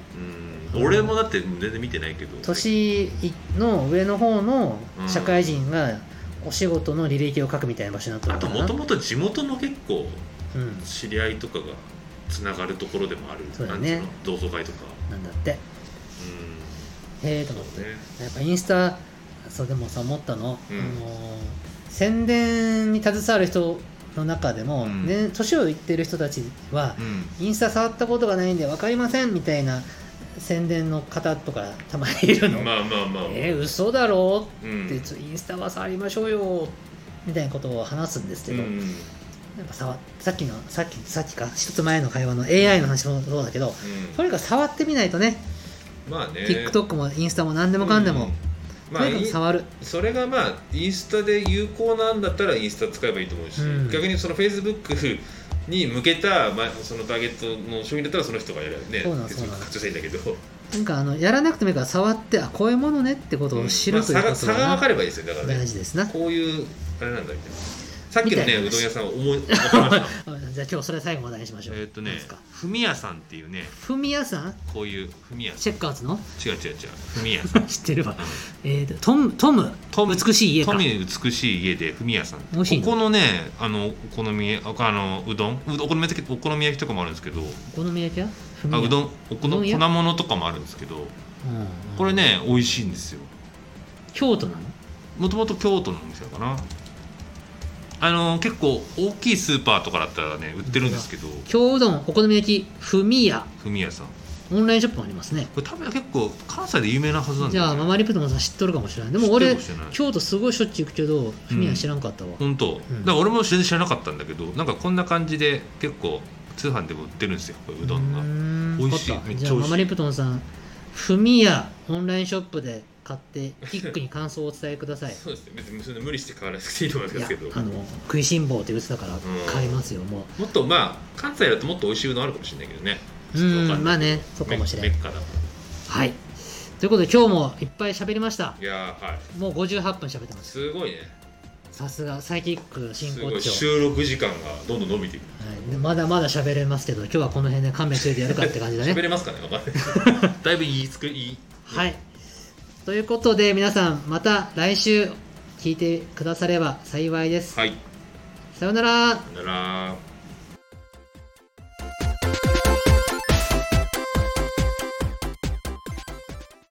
S1: う
S2: うん俺もだって全然見てないけど
S1: 年の上の方の社会人がお仕事の履歴を書くみたいな場所になった
S2: あ
S1: のか
S2: と
S1: な
S2: もともと地元の結構
S1: うん
S2: 知り合いとかがつながるところでもある
S1: そうだね
S2: なんつうの同窓会とか
S1: なんだってへ
S2: う
S1: えと
S2: ん
S1: 思って、
S2: そうね
S1: やっぱインスタそうでもさ思ったの、
S2: うん
S1: あの宣伝に携わる人の中でも、
S2: うん
S1: ね、年をいってる人たちは
S2: う、ん
S1: インスタ触ったことがないんで分かりませんみたいな宣伝の方とかたまにいるの、
S2: まあまあまあ、
S1: えー、嘘だろ
S2: う
S1: っ
S2: ん
S1: て、インスタは触りましょうよみたいなことを話すんですけど、
S2: うん
S1: なんかささっきのさっきさっきか一つ前の会話の AI の話もそうだけどとにかく触ってみないとね、
S2: まあね
S1: TikTok もインスタも何でもかんでも、
S2: うんま
S1: と
S2: あ
S1: にかく触る、
S2: それがまあインスタで有効なんだったらインスタ使えばいいと思うし、
S1: うん
S2: 逆にそのフェイスブックに向けた、まあ、そのターゲットの商品だったらその人がやるよね
S1: そうなん
S2: 別
S1: そ
S2: に
S1: うなん
S2: 拡張していいんだけど、
S1: なんかあのやらなくてもいいから触ってあこういうものねってことを知るという
S2: ま
S1: こ
S2: あ
S1: と
S2: 差が差が
S1: が
S2: 分かればいいですよだからね
S1: 大事ですな、
S2: こういうあれなんだみたいなさっきの
S1: みたい
S2: ね
S1: な
S2: うどん屋さ
S1: <laughs>
S2: んを思い分かりました
S1: あじゃあ今日それ最後までにしましょう
S2: えーっとね
S1: なんですか
S2: ふみやさんっていうね
S1: ふみやさん
S2: こういうふみやさ
S1: チェッカーズの
S2: ん違う違う違うふみやさん
S1: 知ってるわ、えーと、トムトム
S2: ト
S1: <laughs>
S2: ム
S1: 美しい家か
S2: 富美しい家でふみやさん
S1: 美味しいの
S2: ここのねあのお好みああのうどんうどんお好み焼きお好み焼きとかもあるんですけど
S1: お好み焼き屋ふみ
S2: あ
S1: や
S2: うどんおこ
S1: うど
S2: の
S1: ん屋
S2: 粉物とかもあるんですけど
S1: うんうん
S2: これね美味しいんですよ
S1: 京都なの
S2: もともと京都のお店かなあの結構大きいスーパーとかだったらね売ってるんですけど
S1: 京うどんお好み焼きふみや
S2: ふみやさん
S1: オンラインショップもありますね
S2: これ多分結構関西で有名なはずなん
S1: じ
S2: だ
S1: ゃあ
S2: よ、
S1: マ
S2: ね、
S1: マリプトもさん知っとるかもしれないでも俺
S2: 知ってるかもしれな
S1: 京
S2: い
S1: 都すごいしょっちゅう行くけどふみや知らんかったわ、
S2: 本当、
S1: ん
S2: だから俺も全然知らなかったんだけどなんかこんな感じで結構通販でも売ってるんですよこれうどんが
S1: が
S2: 美味しいめっちゃ美味しい
S1: じゃあママリプトンさんふみやオンラインショップで買ってキックに感想をお伝えください
S2: そうですね別にそれ無理して買わなくていいと思い
S1: い
S2: ま
S1: や
S2: すけど
S1: あの食いしん坊って言ってたから買いますよも
S2: もっとまあ関西だともっと美味しいうどんあるかもしれないけどね
S1: ううんまあねそうかもしれ
S2: ん
S1: ん
S2: メッカだか
S1: はいということで今日もいっぱい喋りました
S2: らいやーはい
S1: もう58分喋ってます
S2: すごいね
S1: さすがサイキック進
S2: す
S1: 行
S2: ごい
S1: 長
S2: 収録時間がどんどん伸びていく
S1: はいでまだまだ喋れますけど今日はこの辺で勘弁しといてやるかって感じだね <laughs>
S2: 喋れますかねわかんないだいぶ言いつく言い
S1: はい。ということで皆さんまた来週聞いてくだされば幸いです、
S2: はい
S1: さようなら
S2: さよなら